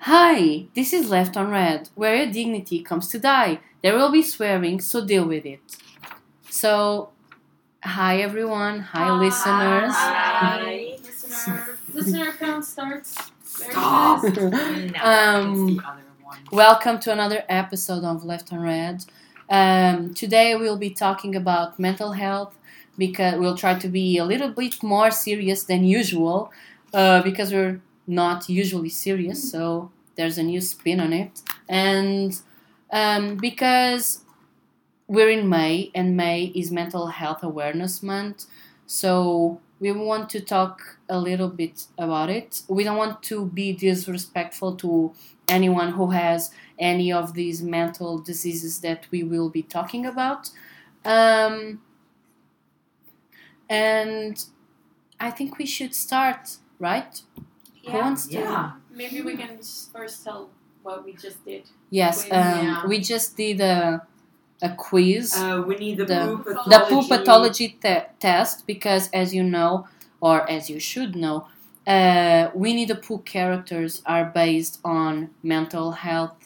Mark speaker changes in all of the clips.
Speaker 1: Hi, this is Left on Red, where your dignity comes to die. There will be swearing, so deal with it. So, hi everyone, hi, listeners.
Speaker 2: Hi.
Speaker 3: Listener, listener count starts. very
Speaker 2: Stop.
Speaker 3: fast.
Speaker 1: Um,
Speaker 2: it's the other one.
Speaker 1: Welcome to another episode of Left on Red. Um, today we'll be talking about mental health because we'll try to be a little bit more serious than usual uh, because we're not usually serious, so there's a new spin on it. And um, because we're in May and May is Mental Health Awareness Month, so we want to talk a little bit about it. We don't want to be disrespectful to anyone who has any of these mental diseases that we will be talking about. Um, and I think we should start, right? Who
Speaker 3: Yeah.
Speaker 1: wants to?
Speaker 2: Yeah.
Speaker 3: Maybe we can just first tell what we just did.
Speaker 1: Yes, um,
Speaker 3: Quiz, yeah.
Speaker 1: we just did a, a quiz,
Speaker 2: Uh, Winnie the,
Speaker 1: The-
Speaker 2: Pooh pathology.
Speaker 1: the poo pathology te- test, because as you know, or as you should know, uh, Winnie the Pooh characters are based on mental health,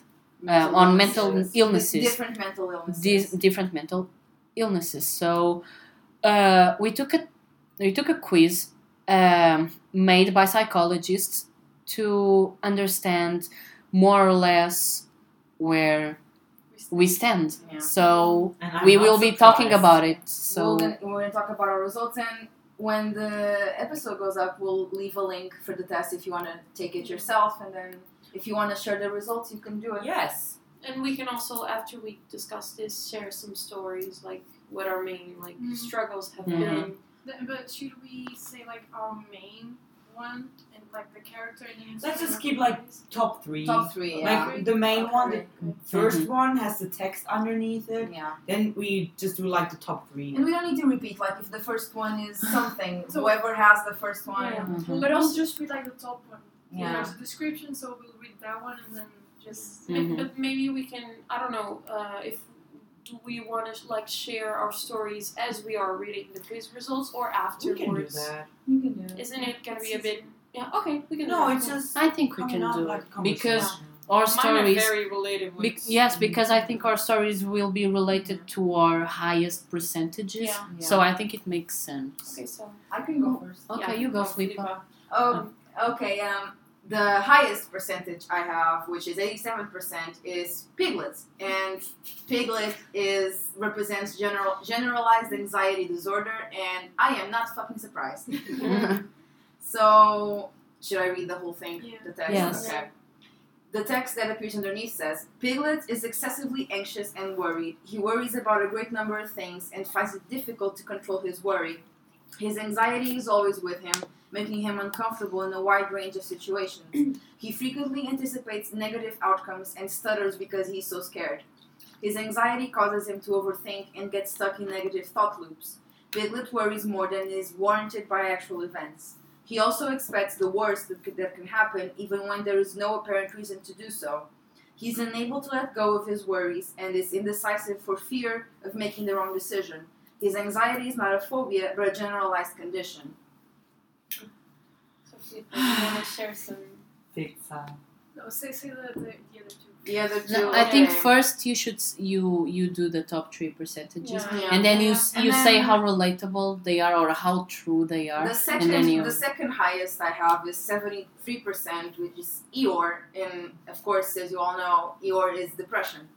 Speaker 1: uh, on mental illnesses.
Speaker 4: Different mental illnesses.
Speaker 1: these different mental illnesses. So uh, we took a we took a quiz um, made by psychologists to understand more or less where we stand.
Speaker 4: Yeah.
Speaker 1: So
Speaker 2: And I'm
Speaker 1: we
Speaker 2: not
Speaker 1: will be talking
Speaker 2: surprised.
Speaker 1: about it.
Speaker 4: So
Speaker 1: So
Speaker 4: we're gonna, we're gonna talk about our results, and when the episode goes up, we'll leave a link for the test if you wanna take it yourself, and then if you wanna share the results, you can do it.
Speaker 2: Yes.
Speaker 3: And we can also, after we discuss this, share some stories like what our main like
Speaker 2: Mm-hmm.
Speaker 5: Mm.
Speaker 3: struggles have
Speaker 1: Mhm.
Speaker 3: been.
Speaker 5: Th- But should we say like our main one and like the character names?
Speaker 2: Let's
Speaker 5: and
Speaker 2: just
Speaker 5: the
Speaker 2: keep, like,
Speaker 5: names?
Speaker 2: Top three.
Speaker 4: Top three. Yeah.
Speaker 2: Like the main
Speaker 4: Top
Speaker 2: one, the
Speaker 4: three.
Speaker 2: 1st
Speaker 1: Mm-hmm.
Speaker 2: one has the text underneath it.
Speaker 4: yeah.
Speaker 2: Then we just do like the top three.
Speaker 4: And we don't need to repeat. Like if the first one is something,
Speaker 5: So-
Speaker 4: whoever has the first one.
Speaker 5: Yeah.
Speaker 1: Mhm.
Speaker 5: But also just read like the top one.
Speaker 4: Yeah.
Speaker 5: There's a description, so we'll read that one and then just.
Speaker 1: Mhm.
Speaker 3: But maybe we can, I don't know, uh, if do we want to like share our stories as we are reading the quiz results or
Speaker 2: We can do
Speaker 3: afterwards?
Speaker 2: that.
Speaker 4: You can do
Speaker 3: Isn't it gonna be a bit? Yeah. Okay, we can. do
Speaker 2: No,
Speaker 3: that.
Speaker 2: it's
Speaker 3: Yeah.
Speaker 2: just
Speaker 1: I think we
Speaker 2: coming
Speaker 1: can
Speaker 2: out
Speaker 1: do
Speaker 2: like
Speaker 1: it
Speaker 2: a
Speaker 1: because
Speaker 2: conversation.
Speaker 1: our
Speaker 3: Mine are
Speaker 1: stories.
Speaker 3: very related with.
Speaker 1: Be- yes, because I think our stories will be related to our highest percentages.
Speaker 3: Yeah.
Speaker 1: So I think it makes sense.
Speaker 3: Okay, so
Speaker 4: I can go first.
Speaker 1: Okay,
Speaker 3: yeah,
Speaker 1: you go,
Speaker 3: Filipa.
Speaker 1: Filipa.
Speaker 4: Oh, okay. Um, the highest percentage I have, which is eighty-seven percent, is piglets, and piglet is represents general generalized anxiety disorder, and I am not fucking surprised. so, should I read the whole thing?
Speaker 5: Yeah.
Speaker 4: The text.
Speaker 1: Yes.
Speaker 4: Okay. The text that appears underneath says Piglet is excessively anxious and worried. He worries about a great number of things and finds it difficult to control his worry. His anxiety is always with him, making him uncomfortable in a wide range of situations. he frequently anticipates negative outcomes and stutters because he's so scared. His anxiety causes him to overthink and get stuck in negative thought loops. Piglet worries more than is warranted by actual events. He also expects the worst that, could, that can happen, even when there is no apparent reason to do so. He's unable to let go of his worries and is indecisive for fear of making the wrong decision. His anxiety is not a phobia, but a generalized condition.
Speaker 3: So Filipa, you wanna share some?
Speaker 2: Pizza.
Speaker 5: No, say say the, the, the other two.
Speaker 4: The other two.
Speaker 1: No, I think
Speaker 4: okay.
Speaker 1: first you should s- you you do the top three percentages,
Speaker 3: Yeah.
Speaker 4: Yeah.
Speaker 1: and then you s
Speaker 4: And
Speaker 1: you say
Speaker 4: then-
Speaker 1: how relatable they are or how true they are.
Speaker 4: The second,
Speaker 1: then you-
Speaker 4: the second highest I have is seventy three percent, which is Eeyore, and of course, as you all know, Eeyore is depression.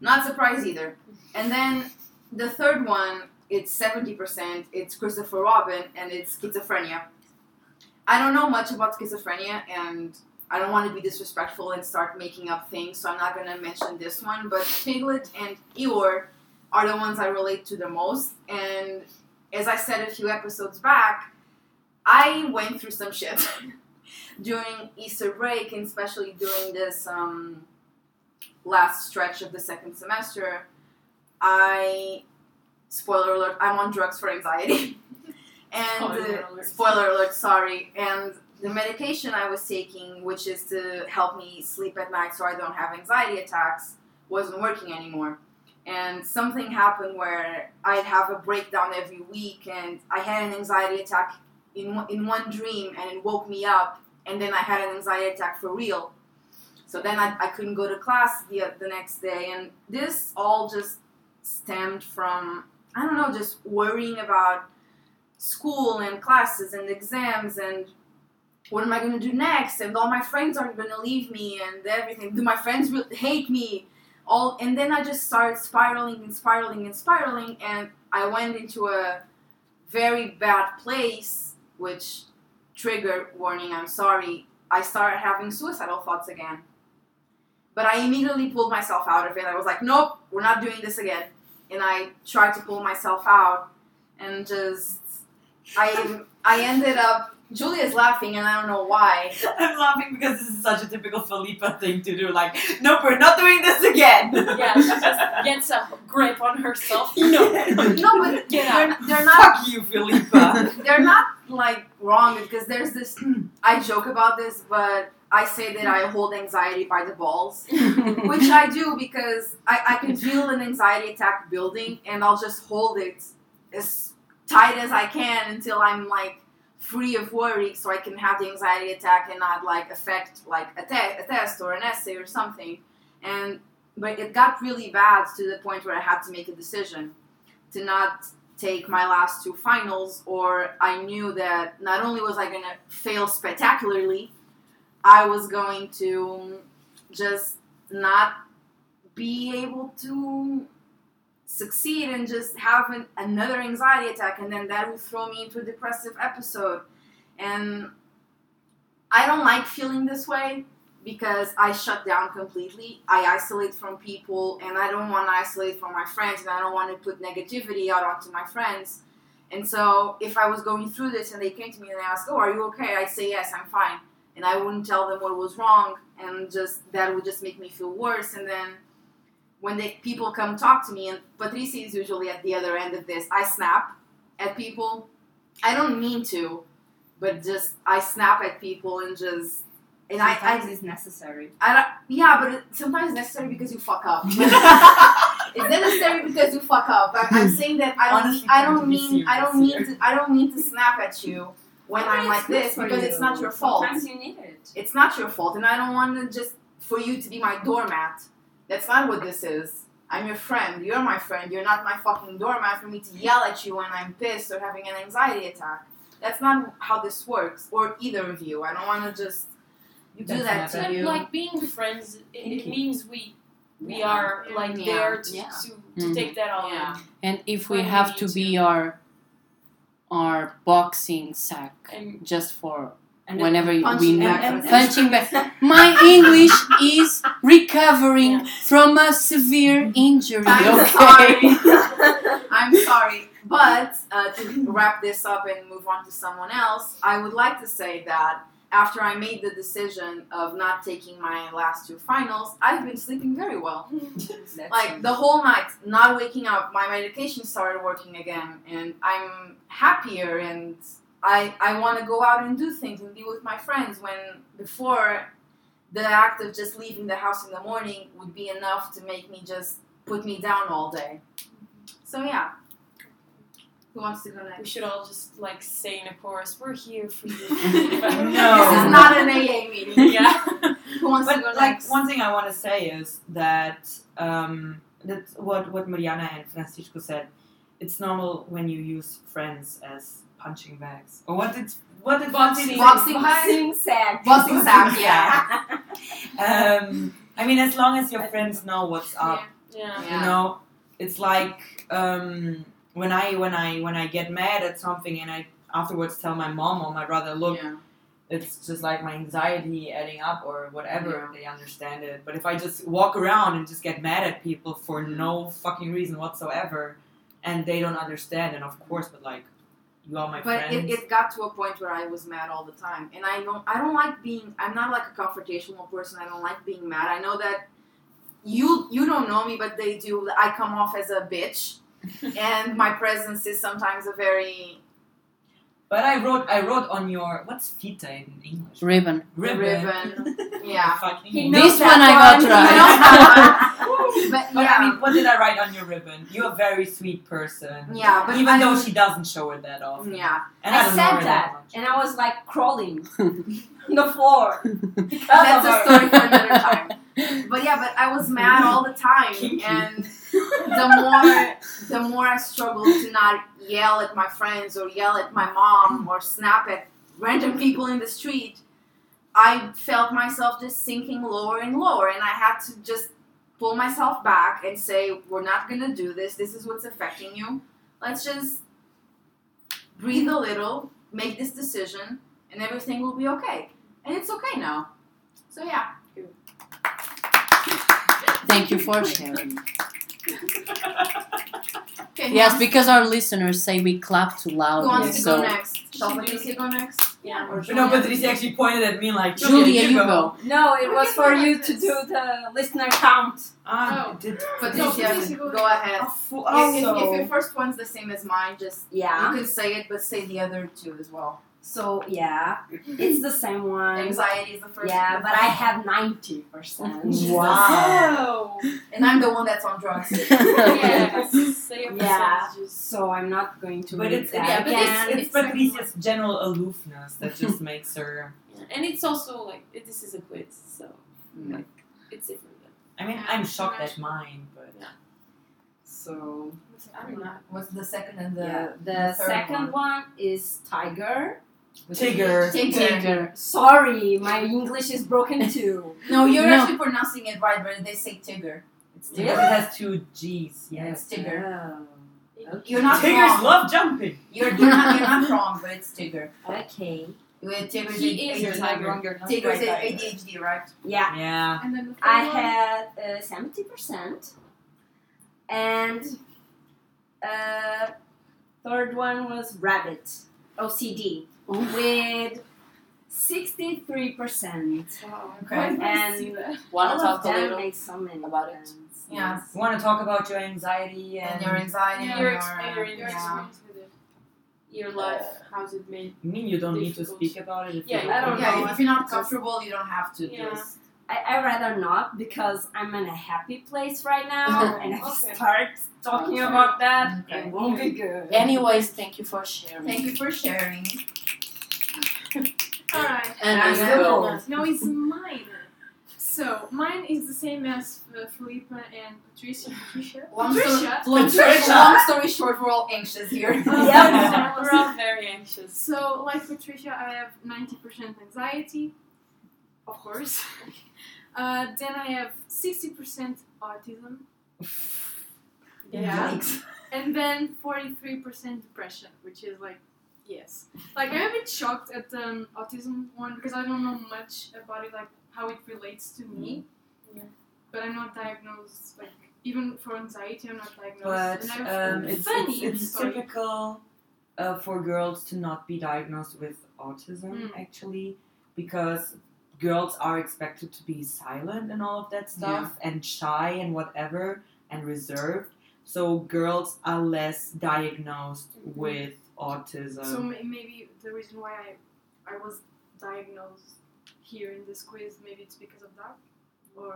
Speaker 4: Not surprised either. And then the third one, it's seventy percent. It's Christopher Robin, and it's schizophrenia. I don't know much about schizophrenia, and I don't want to be disrespectful and start making up things, so I'm not gonna mention this one. But Piglet and Eeyore are the ones I relate to the most, and as I said a few episodes back, I went through some shit during Easter break, and especially during this um, last stretch of the second semester. I, spoiler alert, I'm on drugs for anxiety. and
Speaker 3: Spoiler
Speaker 4: uh,
Speaker 3: alert.
Speaker 4: spoiler alert, sorry. And the medication I was taking, which is to help me sleep at night so I don't have anxiety attacks, wasn't working anymore and something happened where I'd have a breakdown every week, and I had an anxiety attack in one- in one dream, and it woke me up, and then I had an anxiety attack for real, So then I, I couldn't go to class the, the next day. And this all just stemmed from, I don't know, just worrying about school and classes and exams and what am I going to do next? And all my friends aren't going to leave me and everything. Do my friends re- hate me? All and then I just started spiraling and spiraling and spiraling, and I went into a very bad place. Which trigger warning. I'm sorry. I started having suicidal thoughts again. But I immediately pulled myself out of it. I was like, nope, we're not doing this again. And I tried to pull myself out, and just I I ended up Julia's laughing, and I don't know why.
Speaker 2: I'm laughing because this is such a typical Felipa thing to do. Like, nope, we're not doing this again.
Speaker 3: Yeah, she just gets a grip on herself. No.
Speaker 4: No,
Speaker 3: Get
Speaker 4: but they're,
Speaker 3: out.
Speaker 4: they're not.
Speaker 2: Fuck you, Felipa.
Speaker 4: They're not like wrong because there's this. I joke about this, but I say that I hold anxiety by the balls, which I do because I, I can feel an anxiety attack building, and I'll just hold it as tight as I can until I'm like free of worry, so I can have the anxiety attack and not like affect like a, te- a test or an essay or something. And but it got really bad to the point where I had to make a decision to not take my last two finals, or I knew that not only was I going to fail spectacularly, I was going to just not be able to succeed and just have an, another anxiety attack, and then that would throw me into a depressive episode. And I don't like feeling this way because I shut down completely. I isolate from people, and I don't want to isolate from my friends, and I don't want to put negativity out onto my friends. And so, if I was going through this and they came to me and they asked, "Oh, are you okay?" I'd say, "Yes, I'm fine," and I wouldn't tell them what was wrong, and just that would just make me feel worse. And then when they people come talk to me, and Patricia is usually at the other end of this, I snap at people. I don't mean to, but just I snap at people and just and I, I
Speaker 6: Sometimes it's necessary.
Speaker 4: I don't, yeah, but it, sometimes it's necessary because you fuck up. it's necessary because you fuck up. I, I'm saying that I don't.
Speaker 2: Honestly,
Speaker 4: I
Speaker 2: trying
Speaker 4: don't
Speaker 2: to be
Speaker 4: mean. I don't mean.
Speaker 2: serious
Speaker 4: To, I don't mean to snap at you when
Speaker 6: Sometimes
Speaker 4: I'm like
Speaker 6: it's good
Speaker 4: this
Speaker 6: for
Speaker 4: because
Speaker 6: you.
Speaker 4: it's not your fault.
Speaker 6: Sometimes you need it.
Speaker 4: It's not your fault, and I don't want to just for you to be my doormat. That's not what this is. I'm your friend. You're my friend. You're not my fucking doormat for me to yell at you when I'm pissed or having an anxiety attack. That's not how this works, or either of you. I don't want to just
Speaker 2: You
Speaker 4: do
Speaker 2: can snap
Speaker 4: that to
Speaker 2: at
Speaker 4: you.
Speaker 3: And like being friends, it, it
Speaker 2: Thank you.
Speaker 3: means we we
Speaker 6: Yeah.
Speaker 3: are like
Speaker 4: Yeah.
Speaker 3: there to
Speaker 6: Yeah.
Speaker 3: to, to
Speaker 1: Mhm.
Speaker 3: take that all
Speaker 4: Yeah.
Speaker 1: And if we
Speaker 3: When we
Speaker 1: have
Speaker 3: need
Speaker 1: to be
Speaker 3: to.
Speaker 1: our our boxing sack
Speaker 3: in. And
Speaker 1: just for
Speaker 2: And then
Speaker 1: whenever we
Speaker 4: punching
Speaker 1: know
Speaker 4: bag.
Speaker 2: And-
Speaker 1: punching back. My English is recovering
Speaker 3: Yeah.
Speaker 1: from a severe injury.
Speaker 4: I'm
Speaker 1: okay.
Speaker 4: sorry. I'm sorry. But uh, to wrap this up and move on to someone else, I would like to say that after I made the decision of not taking my last two finals, I've been sleeping very well.
Speaker 6: That's
Speaker 4: Like the whole night, not waking up, my medication started working again, and I'm happier and I I want to go out and do things and be with my friends when before the act of just leaving the house in the morning would be enough to make me just put me down all day. So yeah. Who wants to go
Speaker 3: we
Speaker 4: next?
Speaker 3: should all just like say in a chorus, "We're here for you."
Speaker 2: No.
Speaker 4: This is not an AA meeting.
Speaker 3: yeah.
Speaker 4: Who wants to
Speaker 2: but
Speaker 4: go
Speaker 2: like
Speaker 4: next?
Speaker 2: one thing I want to say is that um, that what what Mariana and Francisco said. It's normal when you use friends as punching bags. Or what did what did
Speaker 3: Boxing.
Speaker 4: Boxing
Speaker 6: Boxing sack.
Speaker 4: Boxing sack, yeah.
Speaker 2: Um, I mean, as long as your friends know what's up,
Speaker 3: Yeah.
Speaker 4: Yeah.
Speaker 2: you know it's like um, when i when i when i get mad at something and i afterwards tell my mom or my brother look
Speaker 4: Yeah.
Speaker 2: it's just like my anxiety adding up or whatever they understand it but if i just walk around and just get mad at people for
Speaker 4: Mm-hmm.
Speaker 2: no fucking reason whatsoever and they don't understand and of course but like you are my
Speaker 4: but
Speaker 2: friends
Speaker 4: it, it got to a point where I was mad all the time, and I don't I don't like being I'm not like a confrontational person. I don't like being mad. I know that you you don't know me, but they do. I come off as a bitch, and my presence is sometimes a very
Speaker 2: but i wrote i wrote on your what's fita in english
Speaker 1: Ribbon.
Speaker 4: Ribbon, yeah.
Speaker 2: Fucking
Speaker 6: He
Speaker 2: English.
Speaker 6: knows
Speaker 1: This
Speaker 6: that
Speaker 1: one I got
Speaker 6: one.
Speaker 1: right.
Speaker 6: He
Speaker 4: knows that but
Speaker 2: But
Speaker 4: yeah,
Speaker 2: Oh, I mean, what did I write on your ribbon? You're a very sweet person.
Speaker 4: Yeah, but
Speaker 2: even
Speaker 4: I-
Speaker 2: though she doesn't show it that often.
Speaker 4: yeah.
Speaker 2: and
Speaker 6: I
Speaker 2: I, don't know
Speaker 6: said
Speaker 2: her
Speaker 6: that.
Speaker 2: much.
Speaker 6: and I was like crawling on the floor. because
Speaker 4: That's a
Speaker 6: of her.
Speaker 4: story for another time. But yeah, but I was mad all the time,
Speaker 2: Kinky.
Speaker 4: and the more the more I struggled to not yell at my friends or yell at my mom or snap at random people in the street, I felt myself just sinking lower and lower, and I had to just pull myself back and say, "We're not gonna do this. This is what's affecting you. Let's just breathe a little, make this decision, and everything will be okay. And it's okay now." So yeah.
Speaker 1: Thank you for sharing.
Speaker 4: Okay,
Speaker 1: Yes,
Speaker 4: who
Speaker 1: because our listeners say we clap too
Speaker 4: wants- Who
Speaker 1: loudly.
Speaker 4: wants to go
Speaker 1: So,
Speaker 4: next? Shall Patricia go next?
Speaker 3: Yeah.
Speaker 4: Or
Speaker 2: No,
Speaker 4: Julia?
Speaker 2: Patricia actually pointed at me like,
Speaker 1: Julia, you go.
Speaker 6: No, it
Speaker 5: How
Speaker 6: was
Speaker 5: can
Speaker 6: for
Speaker 5: you
Speaker 6: you
Speaker 5: like
Speaker 6: to
Speaker 5: this?
Speaker 6: do the listener count.
Speaker 2: Ah,
Speaker 5: Oh.
Speaker 2: did
Speaker 4: Patricia,
Speaker 5: No, Patricia, go
Speaker 4: go ahead.
Speaker 2: Oh, fu-
Speaker 4: If-
Speaker 2: oh.
Speaker 4: if,
Speaker 6: Also-
Speaker 4: if your first one's the same as mine, just
Speaker 6: Yeah.
Speaker 4: you could say it, but say the other two as well.
Speaker 6: So yeah, it's the same one.
Speaker 4: Anxiety is the first.
Speaker 6: Um, Yeah, but I have ninety percent.
Speaker 1: Wow.
Speaker 3: Oh.
Speaker 4: and I'm the one that's on drugs.
Speaker 3: yeah. Say your
Speaker 6: Yeah.
Speaker 3: percentages.
Speaker 6: So I'm not going to
Speaker 2: But
Speaker 6: read
Speaker 2: it's
Speaker 6: that
Speaker 2: yeah, but
Speaker 6: again.
Speaker 2: it's, it's
Speaker 3: it's like-
Speaker 2: Patricia's general aloofness that just makes her.
Speaker 3: Yeah, And it's also like it- this is a quiz, so like it's different. Than,
Speaker 2: I mean, I'm shocked at mine, but
Speaker 6: so
Speaker 3: I'm not.
Speaker 4: What's the second and the
Speaker 6: yeah. the,
Speaker 4: third
Speaker 6: second one. is tiger.
Speaker 2: Tigger.
Speaker 4: Tigger.
Speaker 6: Sorry, my English is broken too.
Speaker 4: No, you're
Speaker 1: No.
Speaker 4: actually pronouncing it right, but they say Tigger. It's
Speaker 2: It
Speaker 4: Tigger.
Speaker 6: Really?
Speaker 2: has two G's. Yes.
Speaker 4: It's Tigger.
Speaker 6: Oh, okay.
Speaker 4: You're not
Speaker 2: Tiggers
Speaker 4: wrong.
Speaker 2: love jumping.
Speaker 4: You're, you're not you're not wrong, but it's Tigger.
Speaker 6: okay.
Speaker 4: With Tigger's
Speaker 3: He
Speaker 4: ADHD.
Speaker 3: is
Speaker 2: You're not wrong,
Speaker 4: Tigger's ADHD, right?
Speaker 6: Yeah,
Speaker 2: Yeah.
Speaker 5: And then the third
Speaker 6: I
Speaker 5: one,
Speaker 6: had uh, seventy percent, and uh, third one was rabbit OCD with sixty-three percent.
Speaker 3: Wow.
Speaker 4: Okay.
Speaker 5: why did I
Speaker 6: And-
Speaker 5: see that?
Speaker 1: Wanna
Speaker 6: All
Speaker 1: talk a
Speaker 6: of them
Speaker 1: little?
Speaker 6: make so many
Speaker 1: about it?
Speaker 6: plans.
Speaker 4: Yeah.
Speaker 2: You want to talk about your anxiety and,
Speaker 4: And your anxiety.
Speaker 5: Yeah.
Speaker 4: and
Speaker 3: Your
Speaker 4: your,
Speaker 3: experience.
Speaker 5: Your
Speaker 4: yeah.
Speaker 5: experience with it.
Speaker 3: Your life, how's it made?
Speaker 2: I mean, you don't need to
Speaker 3: Difficult.
Speaker 2: speak about it. If
Speaker 3: Yeah,
Speaker 2: you
Speaker 6: I don't
Speaker 4: yeah,
Speaker 6: know.
Speaker 4: if you're not comfortable, you don't have to.
Speaker 3: Yeah.
Speaker 4: Just-
Speaker 6: I I rather not because I'm in a happy place right now, and if I
Speaker 3: Okay.
Speaker 6: start talking
Speaker 3: Okay.
Speaker 6: about that,
Speaker 4: Okay.
Speaker 6: it won't be good.
Speaker 1: Anyways, thank you for sharing.
Speaker 4: Thank you for sharing.
Speaker 5: All right.
Speaker 1: And
Speaker 4: Yeah,
Speaker 1: I'm
Speaker 4: you
Speaker 1: gonna
Speaker 4: go.
Speaker 1: go.
Speaker 5: Now it's mine. So mine is the same as uh, Felipa and Patricia. Patricia.
Speaker 4: Long
Speaker 5: Patricia.
Speaker 4: story, long, story,
Speaker 2: Patricia.
Speaker 4: long story short, we're all anxious here.
Speaker 2: Yeah.
Speaker 3: We're all very anxious.
Speaker 5: So, like Patricia, I have 90% anxiety, of course. uh, then I have 60% autism, Yeah.
Speaker 4: Yikes.
Speaker 5: and then 43% depression, which is like, yes. Like, I'm a bit shocked at the um, autism one because I don't know much about it, like how it relates to me.
Speaker 2: Mm-hmm.
Speaker 3: Yeah.
Speaker 5: But I'm not diagnosed, like, even for anxiety, I'm not diagnosed.
Speaker 2: But
Speaker 5: and I'm
Speaker 2: um, it's,
Speaker 5: funny.
Speaker 2: it's, it's
Speaker 5: sorry.
Speaker 2: typical uh, for girls to not be diagnosed with autism,
Speaker 5: Mm.
Speaker 2: actually, because girls are expected to be silent and all of that stuff, and shy and whatever, and reserved. So girls are less diagnosed
Speaker 5: Mhm.
Speaker 2: with autism.
Speaker 5: So may- maybe the reason why I, I was diagnosed here in this quiz, maybe it's because of that, or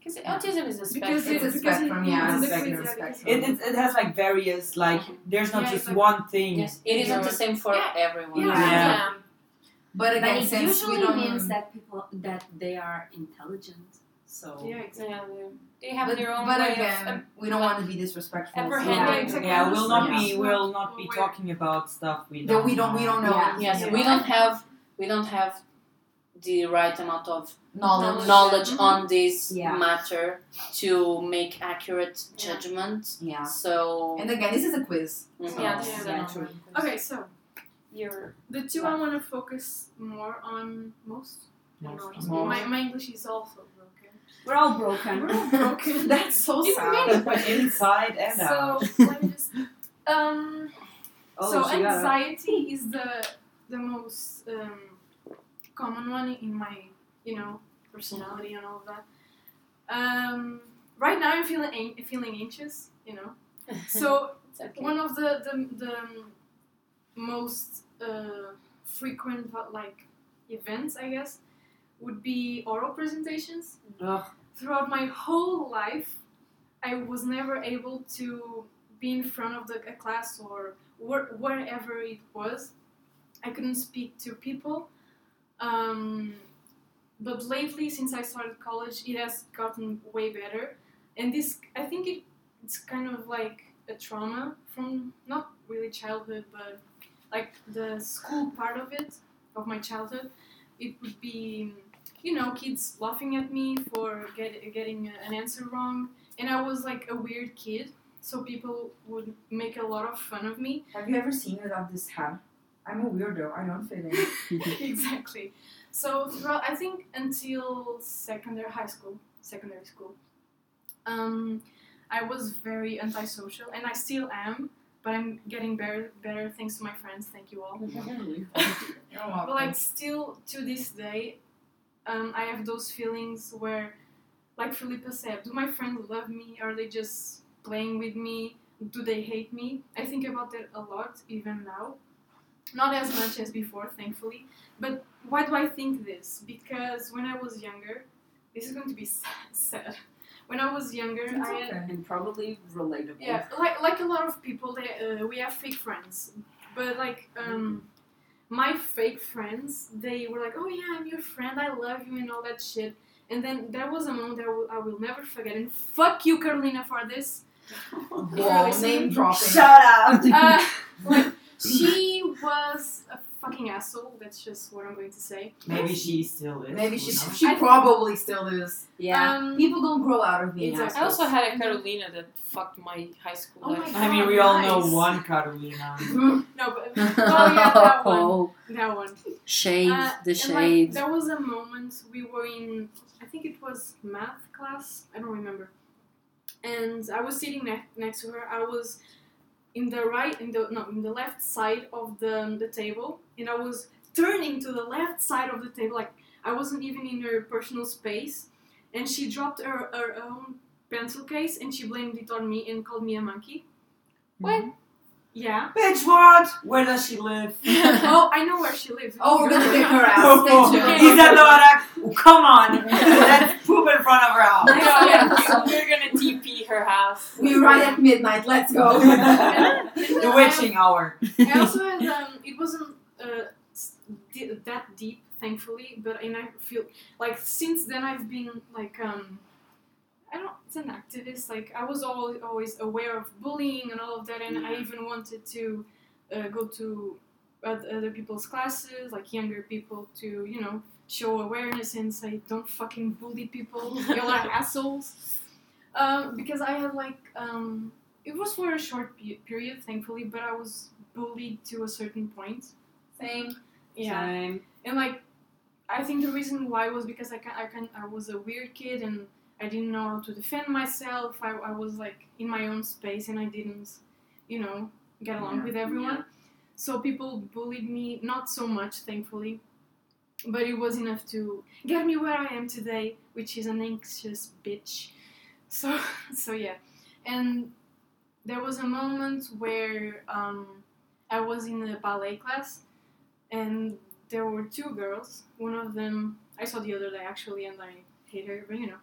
Speaker 3: Because autism is a spectrum.
Speaker 5: because
Speaker 4: It's a
Speaker 5: because
Speaker 4: spectrum,
Speaker 5: it,
Speaker 4: yeah,
Speaker 5: it's
Speaker 2: it's
Speaker 5: in
Speaker 2: a
Speaker 5: the quiz,
Speaker 4: spectrum,
Speaker 5: yeah, because
Speaker 2: it, it, it has like various like
Speaker 3: Mhm.
Speaker 2: there's not
Speaker 5: Yeah,
Speaker 2: just
Speaker 5: it's like-
Speaker 2: one thing
Speaker 1: Yes, it isn't the same for
Speaker 5: Yeah.
Speaker 1: everyone.
Speaker 5: Yeah.
Speaker 2: Yeah.
Speaker 4: But
Speaker 6: But
Speaker 4: again,
Speaker 6: it
Speaker 4: since
Speaker 6: usually
Speaker 4: we don't,
Speaker 6: means that people that they are intelligent. So
Speaker 5: yeah, exactly.
Speaker 3: Yeah, they- they have
Speaker 4: but,
Speaker 3: their own
Speaker 4: but
Speaker 3: way
Speaker 4: again,
Speaker 3: of.
Speaker 4: we don't want to be disrespectful. so-
Speaker 3: apprehending.
Speaker 6: Yeah,
Speaker 5: exactly.
Speaker 2: yeah we'll not
Speaker 6: Yeah.
Speaker 2: be we'll not be
Speaker 5: Aware.
Speaker 2: talking about stuff we
Speaker 4: That
Speaker 2: don't
Speaker 4: we don't, we
Speaker 2: know.
Speaker 4: don't know
Speaker 6: Yeah.
Speaker 1: Yes,
Speaker 5: Yeah.
Speaker 1: we don't have we don't have the right amount of
Speaker 4: knowledge.
Speaker 1: knowledge
Speaker 5: Mhm.
Speaker 1: on this
Speaker 6: Yeah.
Speaker 1: matter to make accurate
Speaker 3: Yeah.
Speaker 1: judgment.
Speaker 4: Yeah.
Speaker 1: So
Speaker 4: And again, this is a quiz.
Speaker 1: mhm.
Speaker 3: Yeah, this
Speaker 5: Yeah.
Speaker 3: is
Speaker 6: Yeah.
Speaker 3: another one.
Speaker 5: Okay, so
Speaker 3: You're
Speaker 5: the two I want to focus more on most.
Speaker 2: No,
Speaker 5: No,
Speaker 2: it's
Speaker 1: Most.
Speaker 5: My, my English is also broken.
Speaker 6: we're all broken.
Speaker 5: We're all broken.
Speaker 4: That's so
Speaker 5: It's
Speaker 4: sad.
Speaker 5: amazing.
Speaker 2: But inside and
Speaker 5: so
Speaker 2: out.
Speaker 5: let me just um.
Speaker 6: Oh,
Speaker 5: so
Speaker 6: she got it.
Speaker 5: anxiety is the the most um, common one in my you know personality and all of that. Um, right now I'm feeling an- feeling anxious, you know. So
Speaker 3: it's okay.
Speaker 5: one of the the, the um, most uh, frequent but, like events, I guess, would be oral presentations.
Speaker 6: Ugh.
Speaker 5: Throughout my whole life, I was never able to be in front of the, a class or where, wherever it was I couldn't speak to people. Um, but lately, since I started college, it has gotten way better. And this, I think it, it's kind of like a trauma from not really childhood, but like the school part of it, of my childhood. It would be, you know, kids laughing at me for get, getting an answer wrong. And I was like a weird kid, so people would make a lot of fun of me.
Speaker 2: Have you ever seen without this hat? I'm a weirdo. I don't fit in.
Speaker 5: exactly. So throughout, I think until secondary high school, secondary school, um, I was very antisocial, and I still am. But I'm getting better, better thanks to my friends. Thank you all.
Speaker 2: You're
Speaker 5: But like still to this day, um, I have those feelings where, like Felipe said, do my friends love me? Are they just playing with me? Do they hate me? I think about that a lot even now. Not as much as before, thankfully. But why do I think this? Because when I was younger, this is going to be sad. sad. When I was younger, I had
Speaker 6: and probably relatable.
Speaker 5: yeah, like like a lot of people, they, uh, we have fake friends, but like um, my fake friends, they were like, "Oh yeah, I'm your friend, I love you," and all that shit. And then there was a moment that I will, I will never forget, and fuck you, Carolina, for this.
Speaker 2: Whoa, name dropping.
Speaker 6: Shut up.
Speaker 5: Uh, like she was a fucking asshole. That's just what I'm going to say.
Speaker 2: Maybe she still is.
Speaker 4: Maybe
Speaker 2: who
Speaker 4: she,
Speaker 2: knows?
Speaker 4: she
Speaker 5: I-
Speaker 4: probably still is.
Speaker 6: yeah.
Speaker 5: Um,
Speaker 4: People don't grow out of being
Speaker 5: Exactly.
Speaker 3: I also
Speaker 4: assholes.
Speaker 3: had a Carolina that fucked my high school
Speaker 5: Oh my
Speaker 3: life.
Speaker 5: God.
Speaker 2: I mean, we all know
Speaker 5: Nice.
Speaker 2: one Carolina.
Speaker 5: no, but
Speaker 1: Uh,
Speaker 5: oh yeah, that one,
Speaker 1: Oh,
Speaker 5: that one.
Speaker 1: shade,
Speaker 5: Uh,
Speaker 1: the
Speaker 5: and, like,
Speaker 1: shade.
Speaker 5: there was a moment we were in, I think it was math class. I don't remember. And I was sitting ne- next to her. I was in the right, in the no, in the left side of the the table, and I was turning to the left side of the table. Like I wasn't even in her personal space. And she dropped her, her own pencil case, and she blamed it on me and called me a monkey.
Speaker 1: What?
Speaker 5: Yeah.
Speaker 2: Bitch, what? Where does she live?
Speaker 5: oh, I know where she lives.
Speaker 4: Oh, we're gonna pick her
Speaker 2: Oh,
Speaker 4: out.
Speaker 2: oh,
Speaker 5: Thank you.
Speaker 2: Isa Nora, Oh, come on. Let's poop in front of her house.
Speaker 3: yeah, we're gonna TP her house.
Speaker 4: We ride at midnight. Let's go.
Speaker 2: the witching hour.
Speaker 5: I also had um, it wasn't uh, s- di- that deep, thankfully, but and I feel like since then I've been like um, I don't, it's an activist. Like I was all, always aware of bullying and all of that, and I even wanted to uh, go to oth- other people's classes, like younger people, to you know show awareness and say don't fucking bully people, you are assholes. Um, because I had like um, it was for a short pe- period, thankfully, but I was bullied to a certain point.
Speaker 4: Same.
Speaker 6: Time.
Speaker 5: and like I think the reason why was because I can I can I was a weird kid and I didn't know how to defend myself. I, I was like in my own space and I didn't, you know, get along with everyone. So people bullied me, not so much, thankfully, but it was enough to get me where I am today, which is an anxious bitch. So so yeah, and there was a moment where um, I was in a ballet class, and there were two girls. One of them I saw the other day actually, and I hate her, but you know.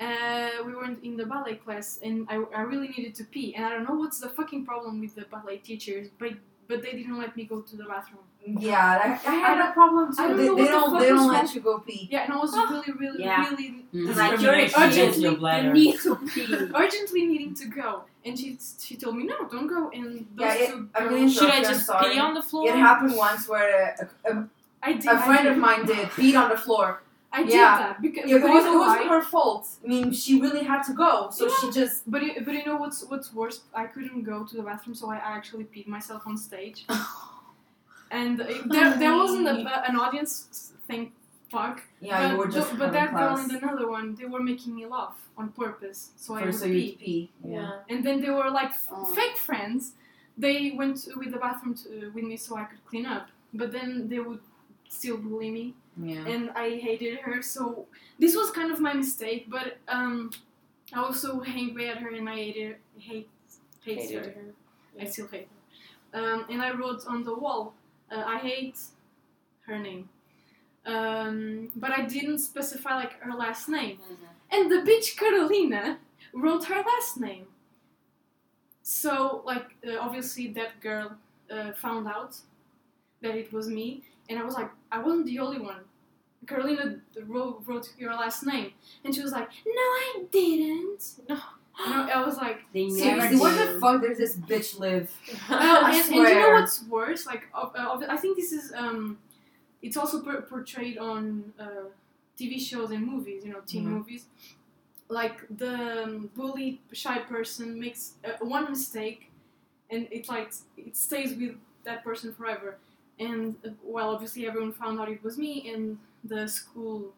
Speaker 5: Uh, we were in the ballet class, and I, I really needed to pee, and I don't know what's the fucking problem with the ballet teachers, but but they didn't let me go to the bathroom.
Speaker 4: Yeah, I, I
Speaker 5: I
Speaker 4: had
Speaker 5: don't-
Speaker 4: a problem too.
Speaker 5: I don't
Speaker 4: They,
Speaker 5: know
Speaker 4: they
Speaker 5: what the
Speaker 4: don't
Speaker 5: fuck
Speaker 4: they
Speaker 5: is
Speaker 4: don't
Speaker 5: wrong.
Speaker 4: let you go pee.
Speaker 5: Yeah, and I
Speaker 4: Ah,
Speaker 5: was really, really,
Speaker 6: Yeah.
Speaker 5: really
Speaker 1: Mm.
Speaker 6: Like you're
Speaker 2: Discrimination against
Speaker 6: urgently
Speaker 2: your bladder.
Speaker 6: you need to pee.
Speaker 5: urgently needing to go, and she she told me no, don't go. And those
Speaker 4: Yeah, it-
Speaker 5: two
Speaker 4: I
Speaker 5: girls,
Speaker 4: mean,
Speaker 3: Should I
Speaker 4: I'm
Speaker 3: just
Speaker 4: sorry.
Speaker 3: pee on the floor?
Speaker 4: It happened once where a, a,
Speaker 5: I did.
Speaker 4: a
Speaker 5: I
Speaker 4: friend
Speaker 5: did,
Speaker 4: of mine did peed on the floor.
Speaker 5: I did
Speaker 4: yeah.
Speaker 5: that because
Speaker 4: It,
Speaker 5: but
Speaker 4: was,
Speaker 5: you
Speaker 4: it
Speaker 5: know
Speaker 4: wasn't
Speaker 5: why?
Speaker 4: her fault. I mean, she really had to go, so
Speaker 5: Yeah.
Speaker 4: she just.
Speaker 5: But you, but you know what's what's worse? I couldn't go to the bathroom, so I actually peed myself on stage.
Speaker 4: Oh.
Speaker 5: and uh, there, there wasn't a, an audience thing. Fuck.
Speaker 4: Yeah,
Speaker 5: but
Speaker 4: you were just.
Speaker 5: the, but
Speaker 4: having
Speaker 5: that
Speaker 4: class.
Speaker 5: girl and another one, they were making me laugh on purpose, so I would
Speaker 4: First, so
Speaker 5: pee.
Speaker 4: you pee.
Speaker 3: Yeah.
Speaker 5: And then they were like f-
Speaker 6: Oh.
Speaker 5: fake friends. They went to- with the bathroom to, with me so I could clean up. But then they would still bully me,
Speaker 4: Yeah.
Speaker 5: and I hated her. So this was kind of my mistake. But um, I also angry at her, and I hated hate hates
Speaker 3: Hated
Speaker 5: her.
Speaker 3: her.
Speaker 5: I still hate her. Um, and I wrote on the wall, uh, I hate her name. Um, but I didn't specify like her last name. And the bitch Carolina wrote her last name. So like uh, obviously that girl uh, found out. that it was me, and I was like, I wasn't the only one. Carolina wrote, wrote your last name, and she was like, No, I didn't. No, no I was like,
Speaker 6: They never
Speaker 4: Seriously,
Speaker 6: do.
Speaker 4: where the fuck does this bitch live?
Speaker 5: well,
Speaker 4: Oh, I
Speaker 5: Oh, and, and you know
Speaker 4: swear.
Speaker 5: what's worse? Like, ob- uh, ob- I think this is um, it's also per- portrayed on uh, TV shows and movies. You know, teen
Speaker 2: Mhm.
Speaker 4: Mm-hmm.
Speaker 5: movies. Like the um, bullied shy person makes uh, one mistake, and it like it stays with that person forever. And uh, well, obviously everyone found out it was me, and the school.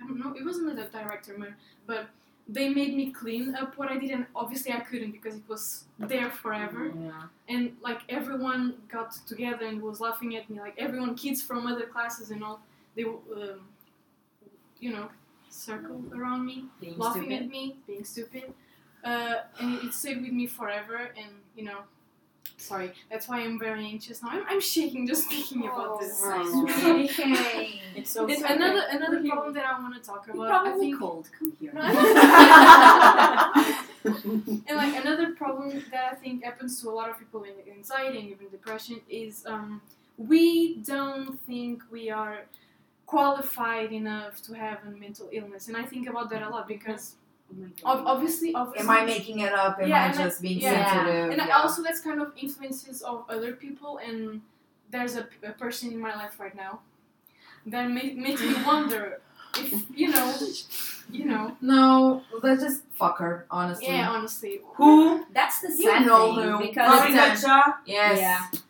Speaker 5: I don't know. It wasn't the director, ma- but they made me clean up what I did, and obviously I couldn't because it was there forever
Speaker 2: Yeah.
Speaker 5: and like everyone got together and was laughing at me like everyone kids from other classes and all they um, you know circled around me
Speaker 6: Being
Speaker 5: laughing
Speaker 6: stupid.
Speaker 5: at me being stupid uh, and it stayed with me forever and you know sorry that's why i'm very anxious now i'm, I'm shaking just thinking about this
Speaker 6: Oh.
Speaker 4: It's so
Speaker 5: And another another problem that i want to talk
Speaker 6: You're
Speaker 5: about i
Speaker 6: probably
Speaker 5: think
Speaker 6: cold. Come here. Oh
Speaker 5: No, And like another problem that I think happens to a lot of people in anxiety and even depression is um, we don't think we are qualified enough to have a mental illness, and I think about that a lot because
Speaker 6: Oh my
Speaker 5: ob-
Speaker 6: God.
Speaker 5: obviously, obviously,
Speaker 4: Am I making it up? Am
Speaker 5: Yeah,
Speaker 4: I
Speaker 5: and I-
Speaker 4: just being
Speaker 5: yeah.
Speaker 4: sensitive?
Speaker 5: and I-
Speaker 4: yeah.
Speaker 5: also that's kind of influences of other people. And there's a, a person in my life right now that ma- makes me wonder if you know, you know,
Speaker 4: no, let's just fuck her, honestly.
Speaker 5: yeah, honestly,
Speaker 2: Who?
Speaker 6: That's the
Speaker 4: You
Speaker 6: sad
Speaker 4: know
Speaker 6: thing
Speaker 4: who.
Speaker 6: because
Speaker 4: Probably
Speaker 2: Marina Cha?
Speaker 4: Yes.